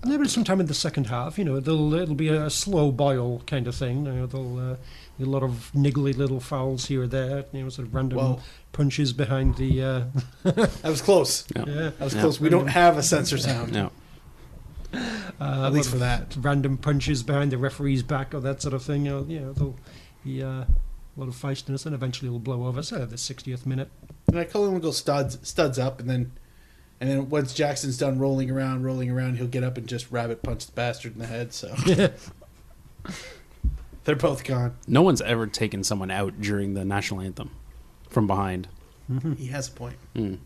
Maybe sometime in the second half, you know, they'll, it'll be a slow boil kind of thing. You know, there'll uh, be a lot of niggly little fouls here or there, you know, sort of random Well- punches behind the. Uh, I was close. Yeah. I was close. We don't have a sensor sound. No. Uh, At least for that. Random punches behind the referee's back or that sort of thing. You know, you know there'll be uh, a lot of feistiness and eventually it'll blow over. So the 60th minute. And I call him and go studs studs up, and then and then once Jackson's done rolling around, rolling around, he'll get up and just rabbit punch the bastard in the head. So they're both gone. No one's ever taken someone out during the national anthem from behind. He has a point. Mm.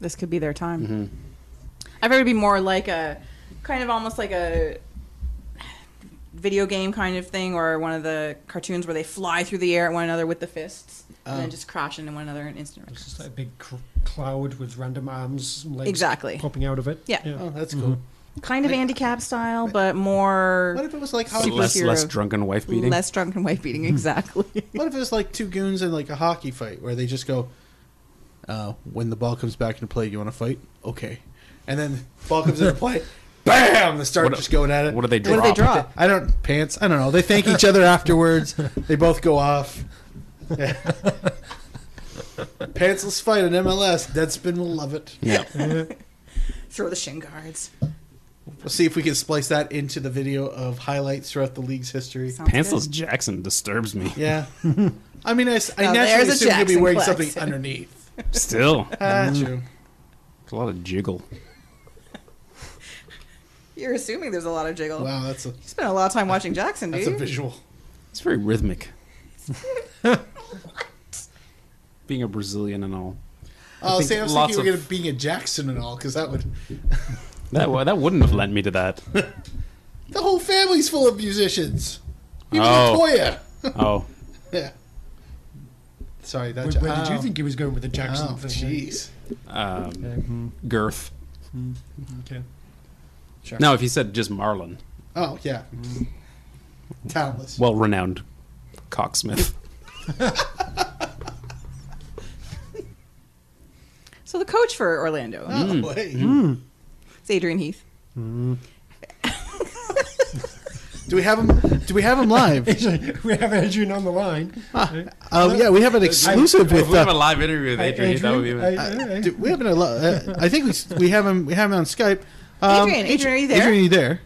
This could be their time. Mm-hmm. Mhm. I thought it'd be more like a kind of almost like a video game kind of thing or one of the cartoons where they fly through the air at one another with the fists and Oh. then just crash into one another in instant record. Just like a big cr- cloud with random arms and legs Exactly. popping out of it. Yeah. Oh, that's cool. Kind of handicap style, but more. What if it was like how But less less drunken wife beating. Less drunken wife beating, exactly. What if it was like two goons in like a hockey fight where they just go, uh, when the ball comes back into play, you want to fight? Okay. And then ball comes into play, bam! They start What- just going at it. what do they What do they drop? drop? I don't pants. I don't know. They thank each other afterwards. They both go off. Yeah. Pantsless fight on MLS. Deadspin will love it. Yeah. Throw the shin guards. We'll see if we can splice that into the video of highlights throughout the league's history. Pantsless Jackson disturbs me. Yeah. I mean, I, s- I Now naturally there's a assume you'll be Jackson wearing collection. something underneath. Still. Ah, Mm. true. It's a lot of jiggle. You're assuming there's a lot of jiggle. Wow, that's a You spent a lot of time watching Jackson, do that's you? a visual. It's very rhythmic. Being a Brazilian and all. Oh, think see, I was lots thinking you were of- gonna being a Jackson and all, because that would That wa- that wouldn't have led me to that. the whole family's full of musicians. Even Oh. Latoya. Oh, yeah. Sorry, that. Where, where did oh. you think he was going with the Jackson Oh, thing? jeez. um, Mhm. girth. Mm, okay. Sure. Now, if he said just Marlin, Oh yeah, talentless. well renowned cocksmith. So the coach for Orlando. Mm. Oh, hey. Mm. It's Adrian Heath. Do we have him? Do we have him live? we have Adrian on the line. Uh, yeah, we have an If exclusive with. we have a uh, live interview with Adrian, that would be. Uh, do- we have an. al- Uh, I think we s- we have him. We have him on Skype. Um, Adrian, Adrian, are you there? Adrian, are you there?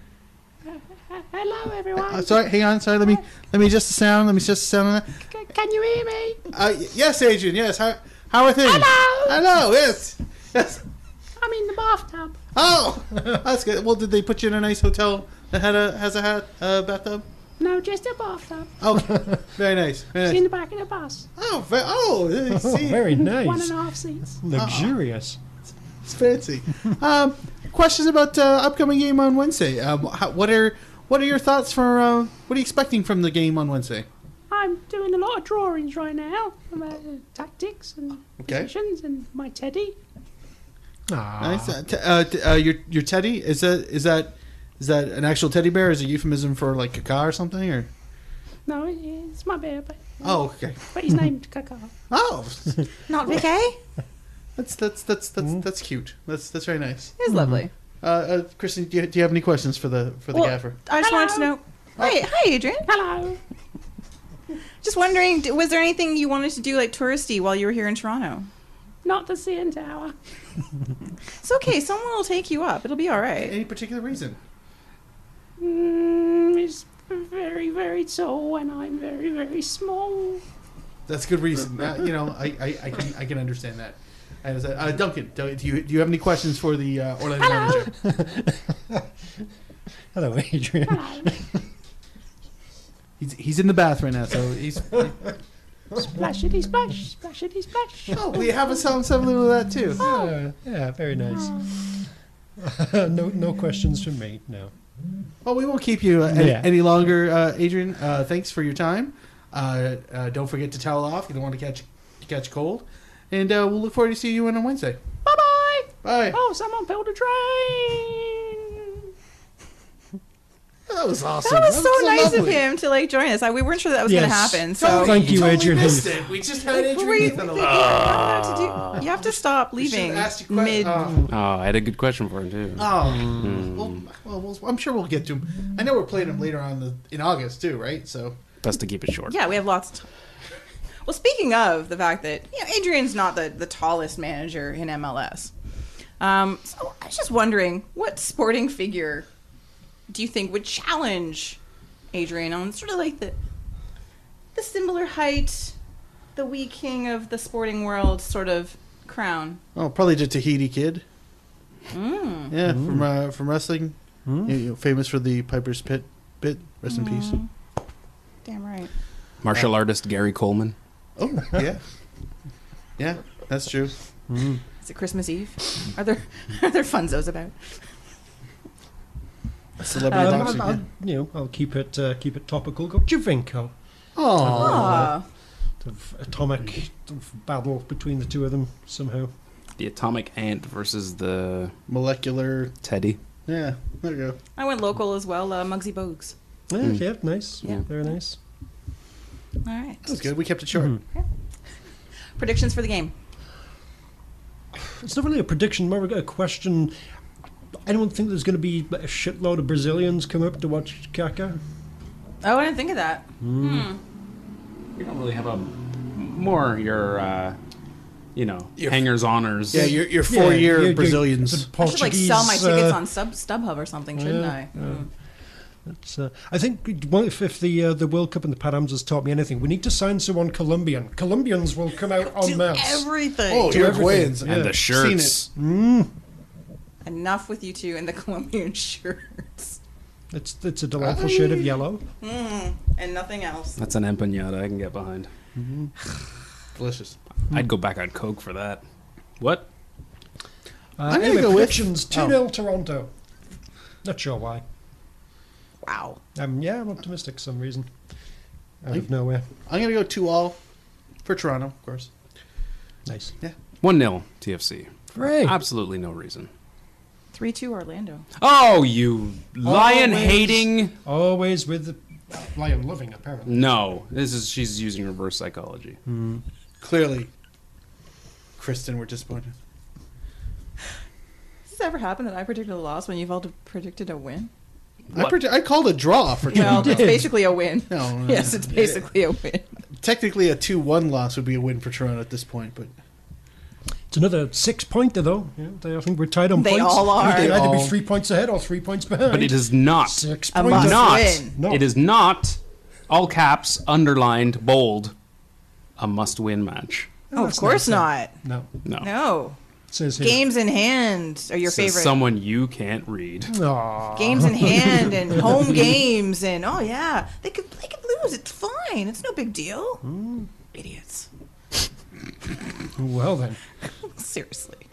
Hello, everyone. Uh, sorry, hang on. Sorry, let me let me adjust the sound. Let me adjust the sound. On that. Can you hear me? Uh, y- yes, Adrian. Yes. How, how are things? Hello. Hello. Yes. Yes. I'm in the bathtub. Oh, that's good. Well, did they put you in a nice hotel that had a has a hat uh, bathtub? No, just a bathtub. Oh, very nice. Very It's nice. in the back of the bus. Oh, ve- oh, I see. very One and nice. a half seats. Luxurious. It's fancy. um, questions about uh, upcoming game on Wednesday. Um, how, what are what are your thoughts for uh, what are you expecting from the game on Wednesday? I'm doing a lot of drawings right now about uh, tactics and Okay. positions and my teddy. Nice. Uh, t- uh, t- uh, your your teddy is that is that is that an actual teddy bear? Is it a euphemism for like caca or something? Or No, it- it's my bear, but, oh, okay. but he's named Kaka. Oh, Not Vic A? that's that's that's that's that's cute. That's that's very nice. It's lovely. Uh, uh, Kristen, do you, do you have any questions for the for the Well, gaffer? I just wanted to know. Hi, hi, Adrian. Hello. Just wondering, d- was there anything you wanted to do like touristy while you were here in Toronto? Not the CN Tower. It's okay. Someone will take you up. It'll be all right. Any particular reason? Mm, it's very, very tall and I'm very, very small. That's a good reason. Uh, you know, I, I, I, can, I can understand that. I understand. Uh, Duncan, do, do you do you have any questions for the uh, Orlando manager? Hello, Adrian. He's, he's in the bath right now, so he's. oh, Splashity splash, splashity splash. oh, we have a sound similar to that too. Yeah, yeah, very nice. Oh. no, no questions from me. No. Well, we won't keep you uh, any, Yeah. any longer, uh, Adrian. Uh, thanks for your time. Uh, uh, don't forget to towel off. You don't want to catch to catch cold, and uh, we'll look forward to seeing you on Wednesday. Bye bye. Bye. Oh, someone built a train. that was awesome. Oh, That was so That nice of lovely. him to like join us. I, we weren't sure that was going Yes. to happen. So Totally- Thank you, totally Adrian missed Heath. it. We just had Were Adrian you, Heath on the you line. have to do- you have to stop We should've leaving asked you que- mid. uh, Oh, I had a good question for him too. Oh, well, well, we'll- I'm sure we'll get to him. I know we're playing him later on in the, in August too, right? So Best to keep it short. Yeah, we have lots. Of t- well, speaking of the fact that you know, Adrian's not the, the tallest manager in MLS, um, so I was just wondering what sporting figure do you think would challenge Adrian on sort of like the the similar height, the wee king of the sporting world sort of crown? oh, probably the Tahiti kid. Yeah, from uh, from wrestling, You- you know, famous for the Piper's Pit bit. Rest in peace. Damn right. Martial artist Gary Coleman. Oh yeah, yeah, that's true. Is it Christmas Eve? Are there are there funzos about? Uh, Celebrity Um, boxing. I'll, I'll, you know, I'll keep it uh, keep it topical. Got Javinko. Oh, Ah, Sort of atomic sort of battle between the two of them somehow. The atomic ant versus the molecular. teddy. Yeah, there you go. I went local as well. Uh, Muggsy Bogues. Yeah, Mm. yeah, nice. Yeah. Very nice. All right. That's good. We kept it short. Predictions for the game. It's not really a prediction, more of a question. Anyone think there's going to be a shitload of Brazilians come up to watch Kaka? Oh, I didn't think of that. You don't really have a more your, uh, you know, hangers honors. Yeah, your your four year you- you- Brazilians. the I should like sell my Portuguese, tickets uh, on Sub StubHub or something, shouldn't yeah, I? yeah. Mm. It's, uh, I think well, if, if the uh, the World Cup and the Pan Ams has taught me anything, we need to sign someone Colombian. Colombians will come out en Do masse. everything. oh, do Uruguayans everything. and the Seen shirts. it. Enough with you two and the Colombian shirts it's it's a delightful shade of yellow. and nothing else. That's an empanada I can get behind. Delicious. I'd go back on Coke for that. What? Uh, I'm gonna anyway, go with- predictions: two 0 Toronto. Not sure why. Wow. Um, yeah, I'm optimistic for some reason. Out of nowhere. I'm gonna go two all for Toronto, of course. Nice. Yeah, One 0 TFC. Hooray. Absolutely no reason. Three two Orlando. Oh, you lion hating. Always with the lion loving, apparently. No, this is she's using reverse psychology. Clearly, Kristen, we're disappointed. Has this ever happened that I predicted a loss when you've all predicted a win? I, predi- I called a draw for Well, Toronto. it's basically a win. Oh, No, no, yes, no. it's basically a win. Technically, a two-one loss would be a win for Toronto at this point, but It's another six pointer, though. Yeah, they, I think we're tied on They points. all are. They'd They either be all- three points ahead or three points behind. But it is not. Six It is points. not. No. It is not. All caps, underlined, bold. A must-win match. Oh, of course not. No. No. No. Says here. Games in hand are your Says favorite. Someone you can't read. Hmm. Games in hand and home games and oh yeah, they could they could lose. It's fine. It's no big deal. Idiots. Well then. Seriously.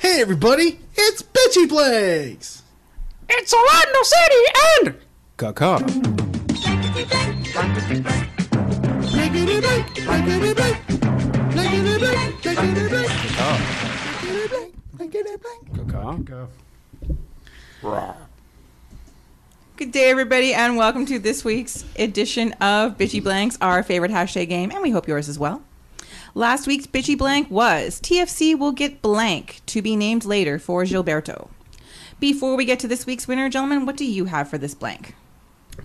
hey, everybody, it's Bitchy Blakes. It's Orlando City and Kaka. Go. Good day, everybody, and welcome to this week's edition of Bitchy Blanks, our favorite hashtag game, and we hope yours as well. Last week's Bitchy Blank was TFC will get blank to be named later for Gilberto. Before we get to this week's winner, gentlemen, what do you have for this blank?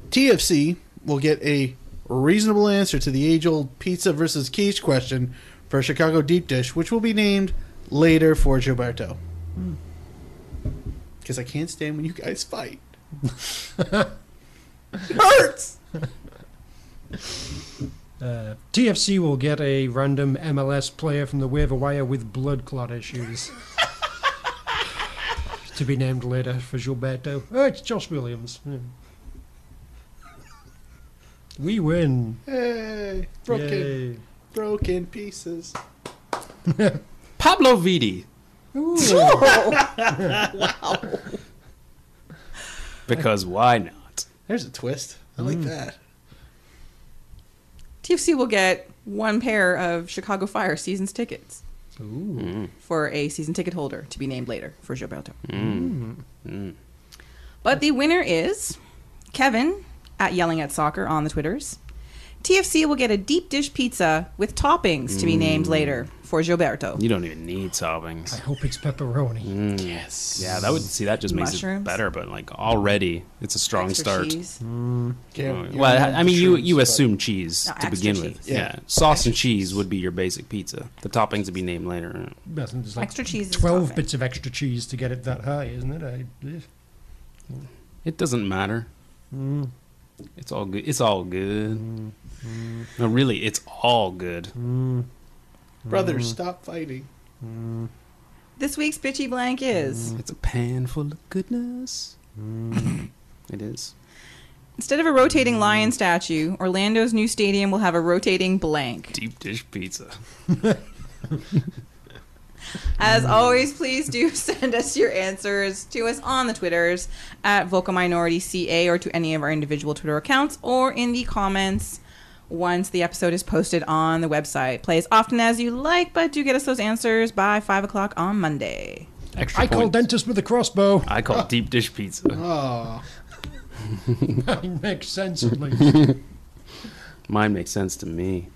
TFC will get a reasonable answer to the age-old pizza versus quiche question for Chicago deep dish, which will be named later for Gilberto. Hmm. Because I can't stand when you guys fight. it hurts. Uh, TFC will get a random MLS player from the waiver wire with blood clot issues. to be named later for Gilberto. Oh, it's Josh Williams. Hmm. Yeah. We win. Hey, broken, Yay. broken pieces. Pablo Vidi. wow. Because why not? There's a twist. I like that. TFC will get one pair of Chicago Fire season's tickets Ooh. for a season ticket holder to be named later for Gilberto. Mm. Mm. But the winner is Kevin at Yelling at Soccer on the Twitters. TFC will get a deep dish pizza with toppings to be named Mm. later for Gilberto. You don't even need toppings. I hope it's pepperoni. Yes. Yeah, that would see that just makes Mushrooms. it better, but like already it's a strong Extra start. cheese. Oh, Yeah, Uh, you well, don't I- I mean, you mushrooms, you but- assume cheese No, to extra begin cheese. with. Yeah. Yeah, sauce and cheese would be your basic pizza. The toppings would be named later. I think there's like Extra cheese is Twelve topping. bits of extra cheese to get it that high, isn't it? I, eh. It doesn't matter. Hmm. It's all good. It's all good. Hmm. No, really, it's all good. Brothers, stop fighting. This week's bitchy blank is It's a pan full of goodness. Mm. It is. instead of a rotating lion statue, Orlando's new stadium will have a rotating blank. Deep dish pizza. As always, please do send us your answers to us on the Twitters at Vocal Minority CA or to any of our individual Twitter accounts or in the comments once the episode is posted on the website. Play as often as you like, but do get us those answers by 5 o'clock on Monday. Extra I call point. dentist with a crossbow. I call deep dish pizza. Oh. That makes sense at least. Mine makes sense to me.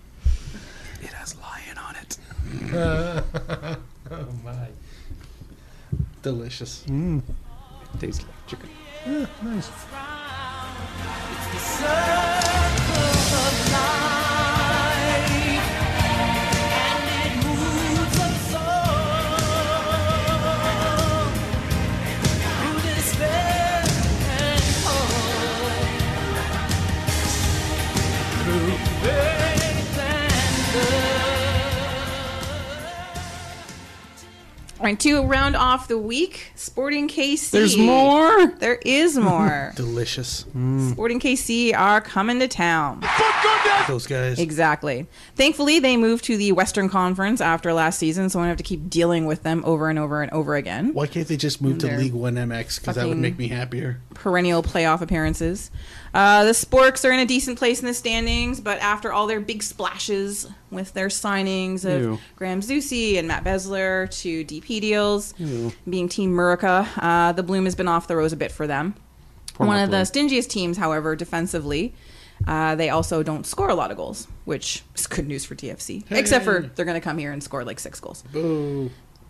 It has lion on it. Uh, oh my. Delicious. Hmm. Mm. Tastes like chicken. Yeah, nice. All right, to round off the week, Sporting KC. There's more? There is more. Delicious. Sporting KC are coming to town. Those guys. Exactly. Thankfully, they moved to the Western Conference after last season, so I don't have to keep dealing with them over and over and over again. Why can't they just move to They're League One MX? Because that would fucking- make me happier. Perennial playoff appearances. Uh, the Sporks are in a decent place in the standings, but after all their big splashes with their signings of Ew. Graham Zusi and Matt Besler to DP deals, being Team Murica, uh, the bloom has been off the rose a bit for them. Poor One Matt of the Bloom. stingiest teams, however, defensively. Uh, they also don't score a lot of goals, which is good news for TFC. Except for Hey. they're going to come here and score like six goals.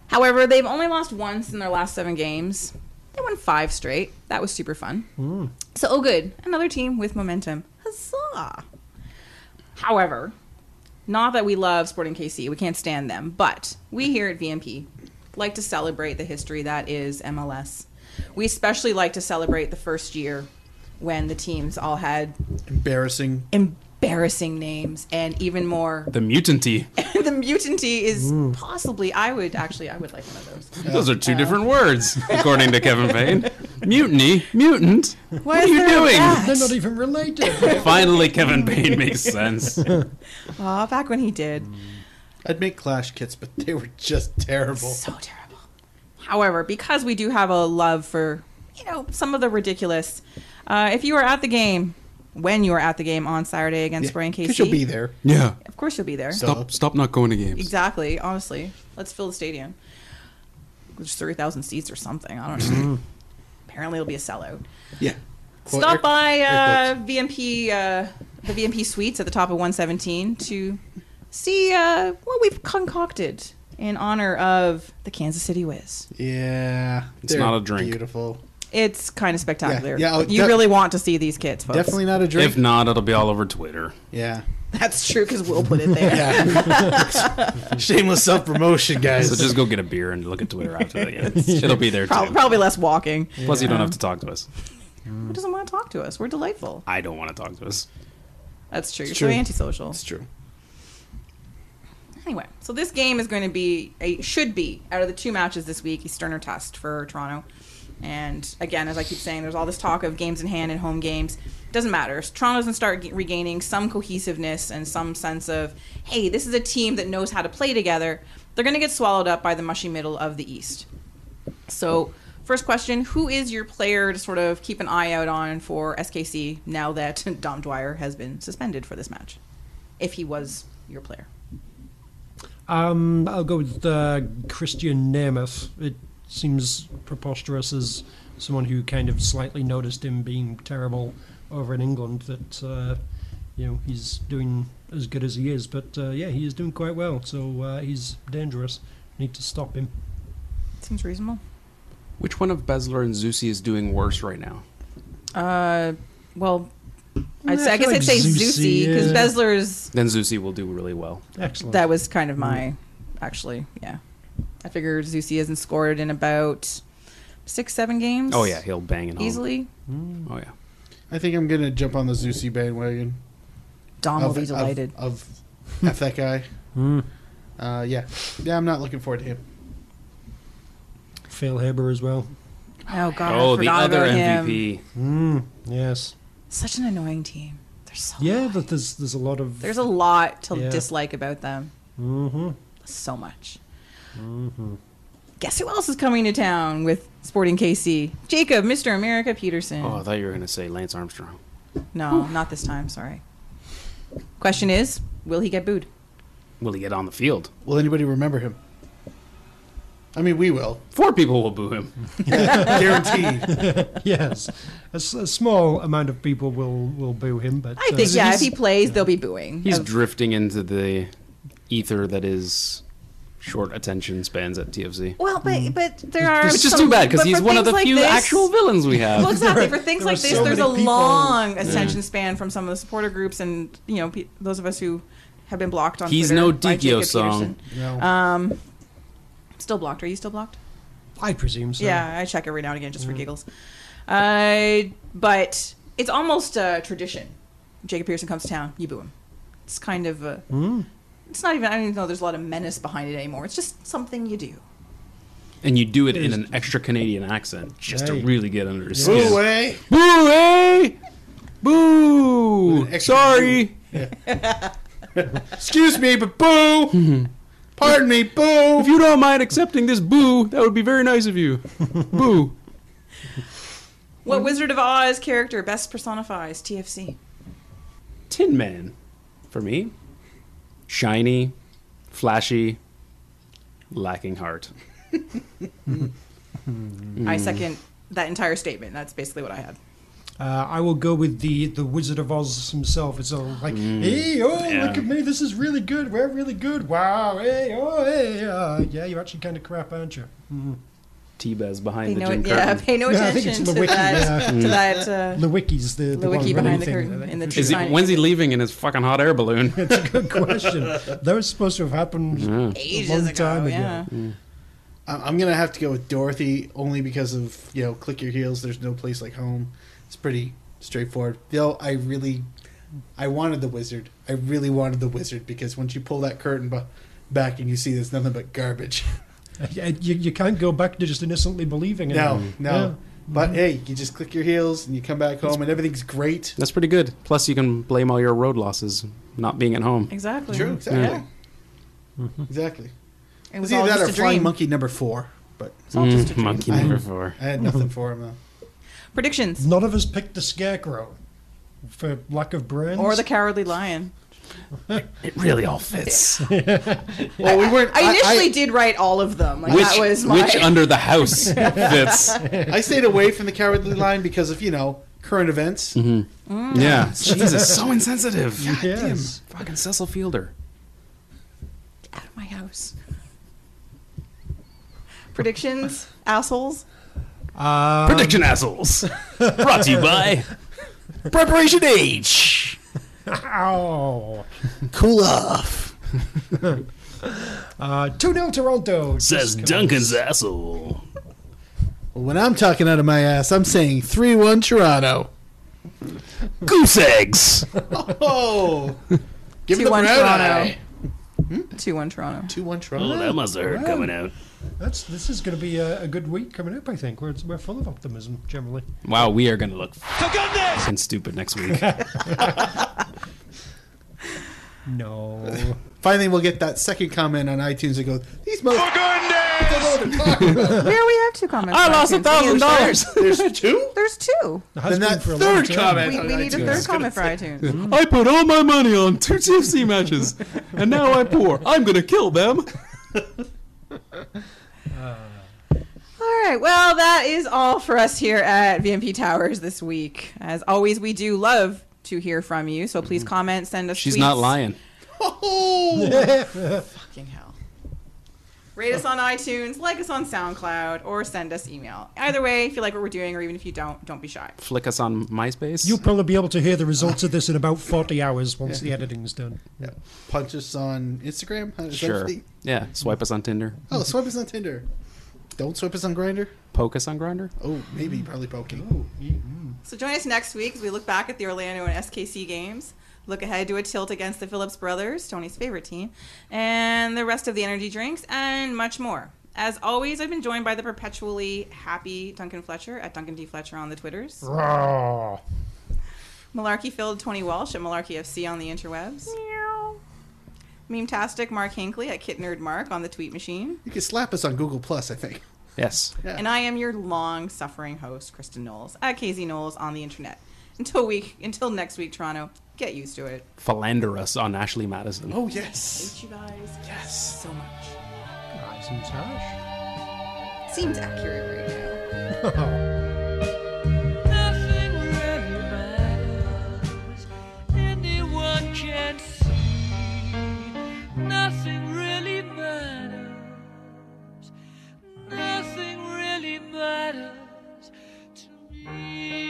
However, they've only lost once in their last seven games. They won five straight. That was super fun. Mm. So, oh, good. Another team with momentum. Huzzah! However, not that we love Sporting KC, we can't stand them, but we here at VMP like to celebrate the history that is MLS. We especially like to celebrate the first year when the teams all had Embarrassing. embarrassing names and even more The mutanty. the mutantee is Ooh. possibly I would actually I would like one of those. Those are two different words, according to Kevin Payne. Mutiny, mutant. Why are is you there a doing? e- bat? They're not even related. Finally, Kevin Payne makes sense. Aw, back when he did. I'd make Clash kits, but they were just terrible. So terrible. However, because we do have a love for, you know, some of the ridiculous, uh, if you are at the game, when you are at the game on Saturday against Sporting KC, Because you'll be there. Yeah. Of course you'll be there. Stop. Stop not going to games. Exactly. Honestly, let's fill the stadium. There's thirty thousand seats or something. I don't Mm-hmm. know. Apparently, it'll be a sellout. Yeah. Quote Stop air- by air uh, VMP, uh, the VMP Suites at the top of 117 to see uh, what we've concocted in honor of the Kansas City Whiz. quotes. Yeah. It's they're not a drink. Beautiful. It's kind of spectacular. Yeah, yeah, oh, you def- really want to see these kids, folks. Definitely not a drink. If not, it'll be all over Twitter. Yeah. That's true because we'll put it there. Shameless self promotion, guys. So just go get a beer and look at Twitter after that. Yeah, it's- it'll be there Prob- too. probably less walking. Plus, you don't Um, have to talk to us. Who doesn't want to talk to us? We're delightful. I don't want to talk to us. That's true. You're It's so true. antisocial. It's true. Anyway, so this game is going to be a should be out of the two matches this week, a sterner test for Toronto. And again, as I keep saying, there's all this talk of games in hand and home games. Doesn't matter. Toronto doesn't start ge- regaining some cohesiveness and some sense of, hey, this is a team that knows how to play together. They're going to get swallowed up by the mushy middle of the East. So, first question Who is your player to sort of keep an eye out on for SKC now that Dom Dwyer has been suspended for this match? If he was your player. Um, I'll go with uh, Christian Nemeth. It seems preposterous as someone who kind of slightly noticed him being terrible over in England that uh, you know he's doing as good as he is. But uh, yeah, he is doing quite well, so uh, he's dangerous. Need to stop him. Seems reasonable. Which one of Besler and Zusi is doing worse right now? Uh, well, I'd Yeah, say, I I guess feel I'd like say Zusi Zusi, because yeah. Besler's Then Zusi will do really well. That was kind of my, actually, yeah. I figured Zusi hasn't scored in about six, seven games. Oh yeah, he'll bang it home. easily. Oh yeah. I think I'm gonna jump on the Zusi bandwagon. Dom will be delighted. of, f that guy. Hmm. Uh, yeah, yeah. I'm not looking forward to him. Phil Haber as well. Oh god, Oh, I the forgot other about him. MVP. Mm, yes. Such an annoying team. There's so Yeah, but there's there's a lot of there's a lot to Yeah. dislike about them. hmm So much. hmm Guess who else is coming to town with Sporting KC? Jacob, Mr. America Peterson. Oh, I thought you were gonna say Lance Armstrong. No, not this time. Sorry. Question is, will he get booed? Will he get on the field? Will anybody remember him? I mean, we will. Four people will boo him. Guaranteed. yes, a, s- a small amount of people will will boo him, but uh, I think yeah. If he plays, they'll be booing. He's Of- drifting into the ether that is short attention spans at TFC. well, but but there are. Mm. it's just some- too bad because but he's for one of things the like few this- actual villains we have. Well, exactly. For things there like are this, so there's a many people. long Yeah. attention span from some of the supporter groups, and you know, pe- those of us who have been blocked on. He's Twitter no by Dikio Jacob song. Peterson. No. Um, still blocked. Are you still blocked? I presume so. Yeah, I check every now and again just for Mm. giggles. Uh, but it's almost a tradition. Jacob Pearson comes to town, you boo him. It's kind of a. It's not even. I don't even know. There's a lot of menace behind it anymore. It's just something you do. and you do it in an extra Canadian accent just Right. to really get under his Boo skin. away. Boo eh? away. Boo. Sorry. Excuse me, but boo. Pardon me, boo. If you don't mind accepting this boo, that would be very nice of you. boo. What Wizard of Oz character best personifies TFC? Tin Man, for me, shiny, flashy, lacking heart. I second that entire statement. That's basically what I had. Uh, I will go with the the Wizard of Oz himself. It's all like, Mm. hey, oh, Yeah. look at me, this is really good. We're really good. Wow, hey, oh, hey, uh, yeah, you're actually kind of crap, aren't you? Mm. T-Bez behind Pay the no- gym yeah, curtain. pay no Yeah, I think it's attention to Lewicki, that. yeah. To Mm. that. Uh, Lewicki's the, the Lewicki one behind running the thing, curtain I think, in the for Is he, sure. when's he leaving in his fucking hot air balloon? Good question. that was supposed to have happened Yeah. Mm. a long time ago. I- I'm gonna have to go with Dorothy only because of you know, click your heels. There's no place like home. It's pretty straightforward. Though I really, I wanted the wizard. I really wanted the wizard because once you pull that curtain ba- back and you see there's nothing but garbage. Yeah, Uh, You, you can't go back to just innocently believing it. No, no. Yeah. But hey, you just click your heels and you come back home and everything's great. That's pretty good. Plus, you can blame all your road losses not being at home. Exactly. True. Exactly. Yeah. Exactly. It It was was all either that just or a Flying dream. Monkey number four. But It's all Mm, just a dream. Monkey I- number four. I had nothing for him though. Predictions. None of us picked the scarecrow for lack of brains. Or the Cowardly Lion. It really all fits. well, we weren't. I initially did write all of them. Like that was my. which under the house fits? I stayed away from the cowardly line because of you know current events. Mm. Yeah. Jesus, so insensitive. God Yes. Fucking Cecil Fielder. my house. Predictions, assholes. Um, Prediction assholes. Brought to you by Preparation H. Ow. Cool off. uh, 2 0 Toronto. Says Just- Duncan's asshole. Well, when I'm talking out of my ass, I'm saying three one Toronto. Goose eggs. Oh, give me the 2-1 brown eye. Toronto. Hmm? Two one Toronto. Two one Toronto. Oh, that must have hurt Wow. coming out. That's this is going to be a, a good week coming up. I think we're we're full of optimism generally. Wow, we are gonna look fucking stupid next week. no. Finally, we'll get that second comment on iTunes that goes, "These we already have two comments. I on lost $1,000. iTunes. There's- There's two? There's two. Then that third comment. We, on we need a iTunes. third comment for iTunes. I put all my money on two TFC matches, and now I'm poor. I'm gonna kill them. All right. Well, that is all for us here at VMP Towers this week. As always, we do love to hear from you. So please comment, send us. She's tweets. not lying. Oh. Fucking hell. Rate us on iTunes, like us on SoundCloud, or send us email. Either way, if you like what we're doing, or even if you don't, don't be shy. Flick us on MySpace. You'll probably be able to hear the results of this in about forty hours once the editing's done. Punch us on Instagram. How does that sure. thing- Yeah. Swipe us on Tinder. Oh, swipe us on Tinder. Don't swipe us on Grinder. Poke us on Grinder. Oh, maybe probably poking. So join us next week as we look back at the Orlando and SKC games, look ahead to a tilt against the Phillips brothers, Tony's favorite team, and the rest of the energy drinks, and much more. As always, I've been joined by the perpetually happy Duncan Fletcher at Duncan D. Fletcher on the Twitters. Rawr. Malarkey filled Tony Walsh at Malarkey FC on the interwebs. Memetastic Mark Hinkley at Kit Nerd Mark on the tweet machine. You can slap us on Google Plus, I think. Yes. And I am your long suffering host, Kristen Knowles, at KZ Knowles on the internet. Until week until next week, Toronto, get used to it. Philander us on Ashley Madison. Oh yes. Hate you guys. Yes. So much. Guys and Seems accurate right now. trash. Nothing really matters. Anyone can see. Nothing really matters. Nothing really matters to me.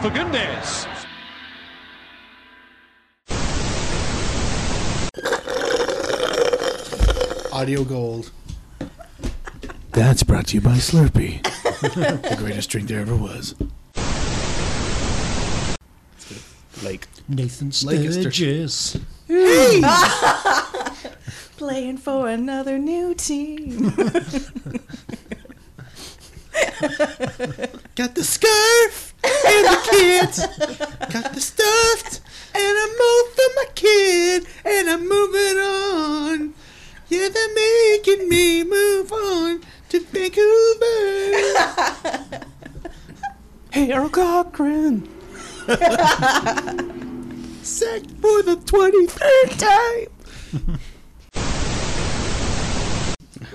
For goodness! Audio gold. That's brought to you by Slurpee, the greatest drink there ever was. Lake. Nathan Lancaster. Sturgis. Playing for another new team. Got the scarf and the kids. Got the stuffed and I'm all for my kid. And I'm moving on. Yeah, they're making me move on to Vancouver. hey, Earl Cochran. Sacked for the 23rd time.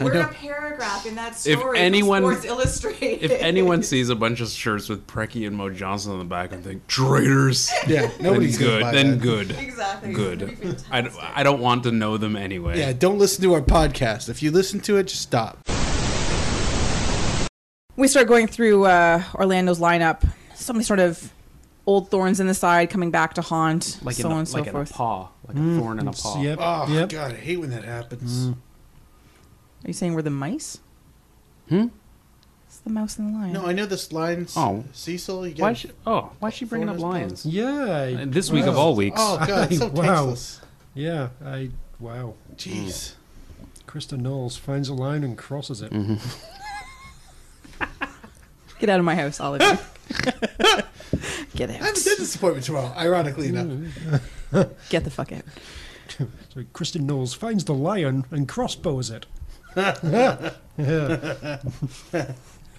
We're a paragraph in that story. If anyone, from Sports Illustrated. if anyone sees a bunch of shirts with Preki and Mo Johnson on the back and think traitors, Yeah, nobody's then gonna good. buy then that. good. Exactly. That'd be Good. I, d- I don't want to know them anyway. Yeah, don't listen to our podcast. If you listen to it, just stop. we start going through uh, Orlando's lineup. So many sort of old thorns in the side coming back to haunt, Like so in on a, and so like in a forth. paw, like Mm, a thorn in a it's- paw. yep. Oh Yep. God, I hate when that happens. Are you saying we're the mice? Hmm? It's the mouse and the lion. No, I know this lion's Oh. Cecil. You Why got she- oh, why is she bringing thorn up in lions? his Yeah. And this week of all weeks. Oh, God, it's so wow. tasteless. Yeah, I wow. Jeez. Krista Knowles finds a line and crosses it. Mm-hmm. Get out of my house, all of you. Get I have a out. dentist appointment tomorrow. Ironically enough, Get the fuck out. so Krista Knowles finds the lion and crossbows it.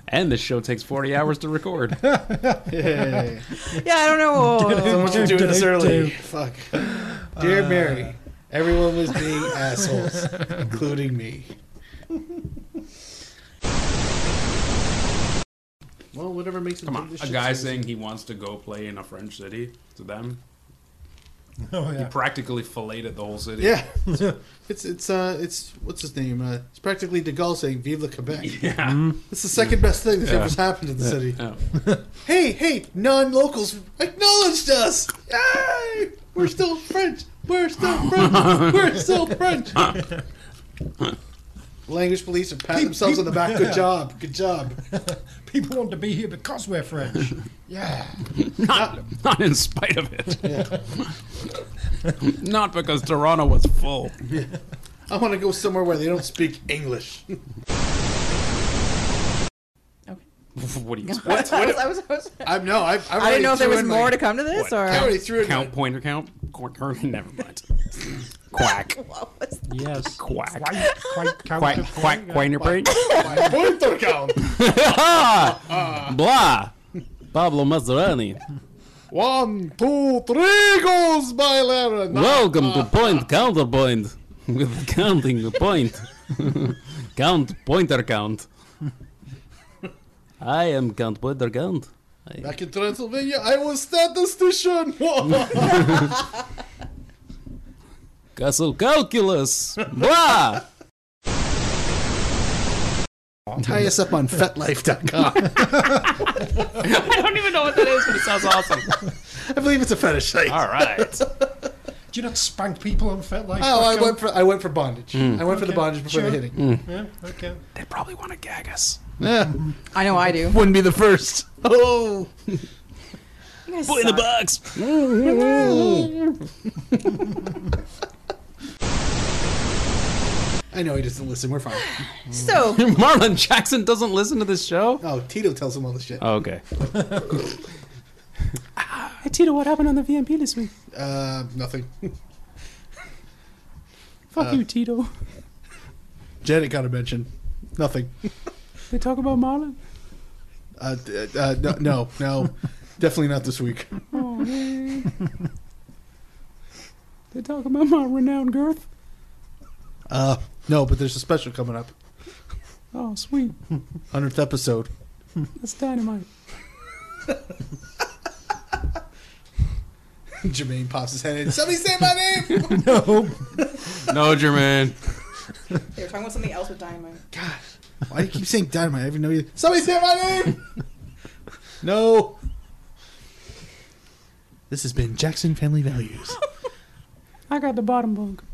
And this show takes 40 hours to record. Yay. Yeah, I don't know. Someone should do this early. do. Fuck. Dear Mary, everyone was being assholes, including me. Well, whatever makes them Come think on. this A shit's guy amazing. saying he wants to go play in a French city to them. Oh He yeah. practically filleted the whole city. Yeah, it's it's uh it's what's his name? Uh, it's practically De Gaulle saying "Vive la Quebec." Yeah. Mm-hmm. It's the second best thing that's Yeah. ever happened in the city. Oh. Hey, hey, non-locals acknowledged us. Yay! We're still French. We're still French. We're still French. Language police are patting themselves on the back. Good job. Good job. People want to be here because we're French. Yeah. Not, not in spite of it. not because Toronto was full. I want to go somewhere where they don't speak English. what do you expect? What? what I, was, I, was, I'm no. I've, I've I didn't know if there was more to come. come to this What? or. I already threw it. Count, pointer count? Quack, or- never mind. Quack. What was that? yes. Quack. Quite, quite Quack, quack, quack, brain. My pointer count. Blah. Pablo Mazzarani. One, two, three goes by Lara. Welcome to Point Counterpoint. With counting the point. count, pointer count. I am Count Pointer Count. Back in Transylvania, I was statistician. Castle Calculus. Blah. Tie us up on FetLife.com. I don't even know what that is, but it sounds awesome. I believe it's a fetish site. All right. Do you not spank people on Fet Life? Oh, I Fuck went for I went for bondage. I went for the Okay, bondage before sure. the hitting. them. Yeah, okay. They probably want to gag us. Yeah, I know I do. wouldn't be the first. Oh, You guys Put in the suck. box. I know he doesn't listen. We're fine. So, Marlon Jackson doesn't listen to this show? Oh, Tito tells him all the shit. Oh, okay. Hey Tito, what happened on the VMP this week? Uh, nothing. Uh. Fuck you, Tito. Janet got a mention. Nothing. They talk about Marlon. Uh, d- uh, no, no, no, definitely not this week. Oh, man. they talk about my renowned girth. Uh, no, but there's a special coming up. Oh, sweet. Hundredth episode. That's dynamite. Jermaine pops his head in. Somebody say my name. No, Jermaine. they were talking about something else with dynamite. Why do you keep saying dynamite? I even know you. Somebody say my name. no. This has been Jackson Family Values. I got the bottom bunk.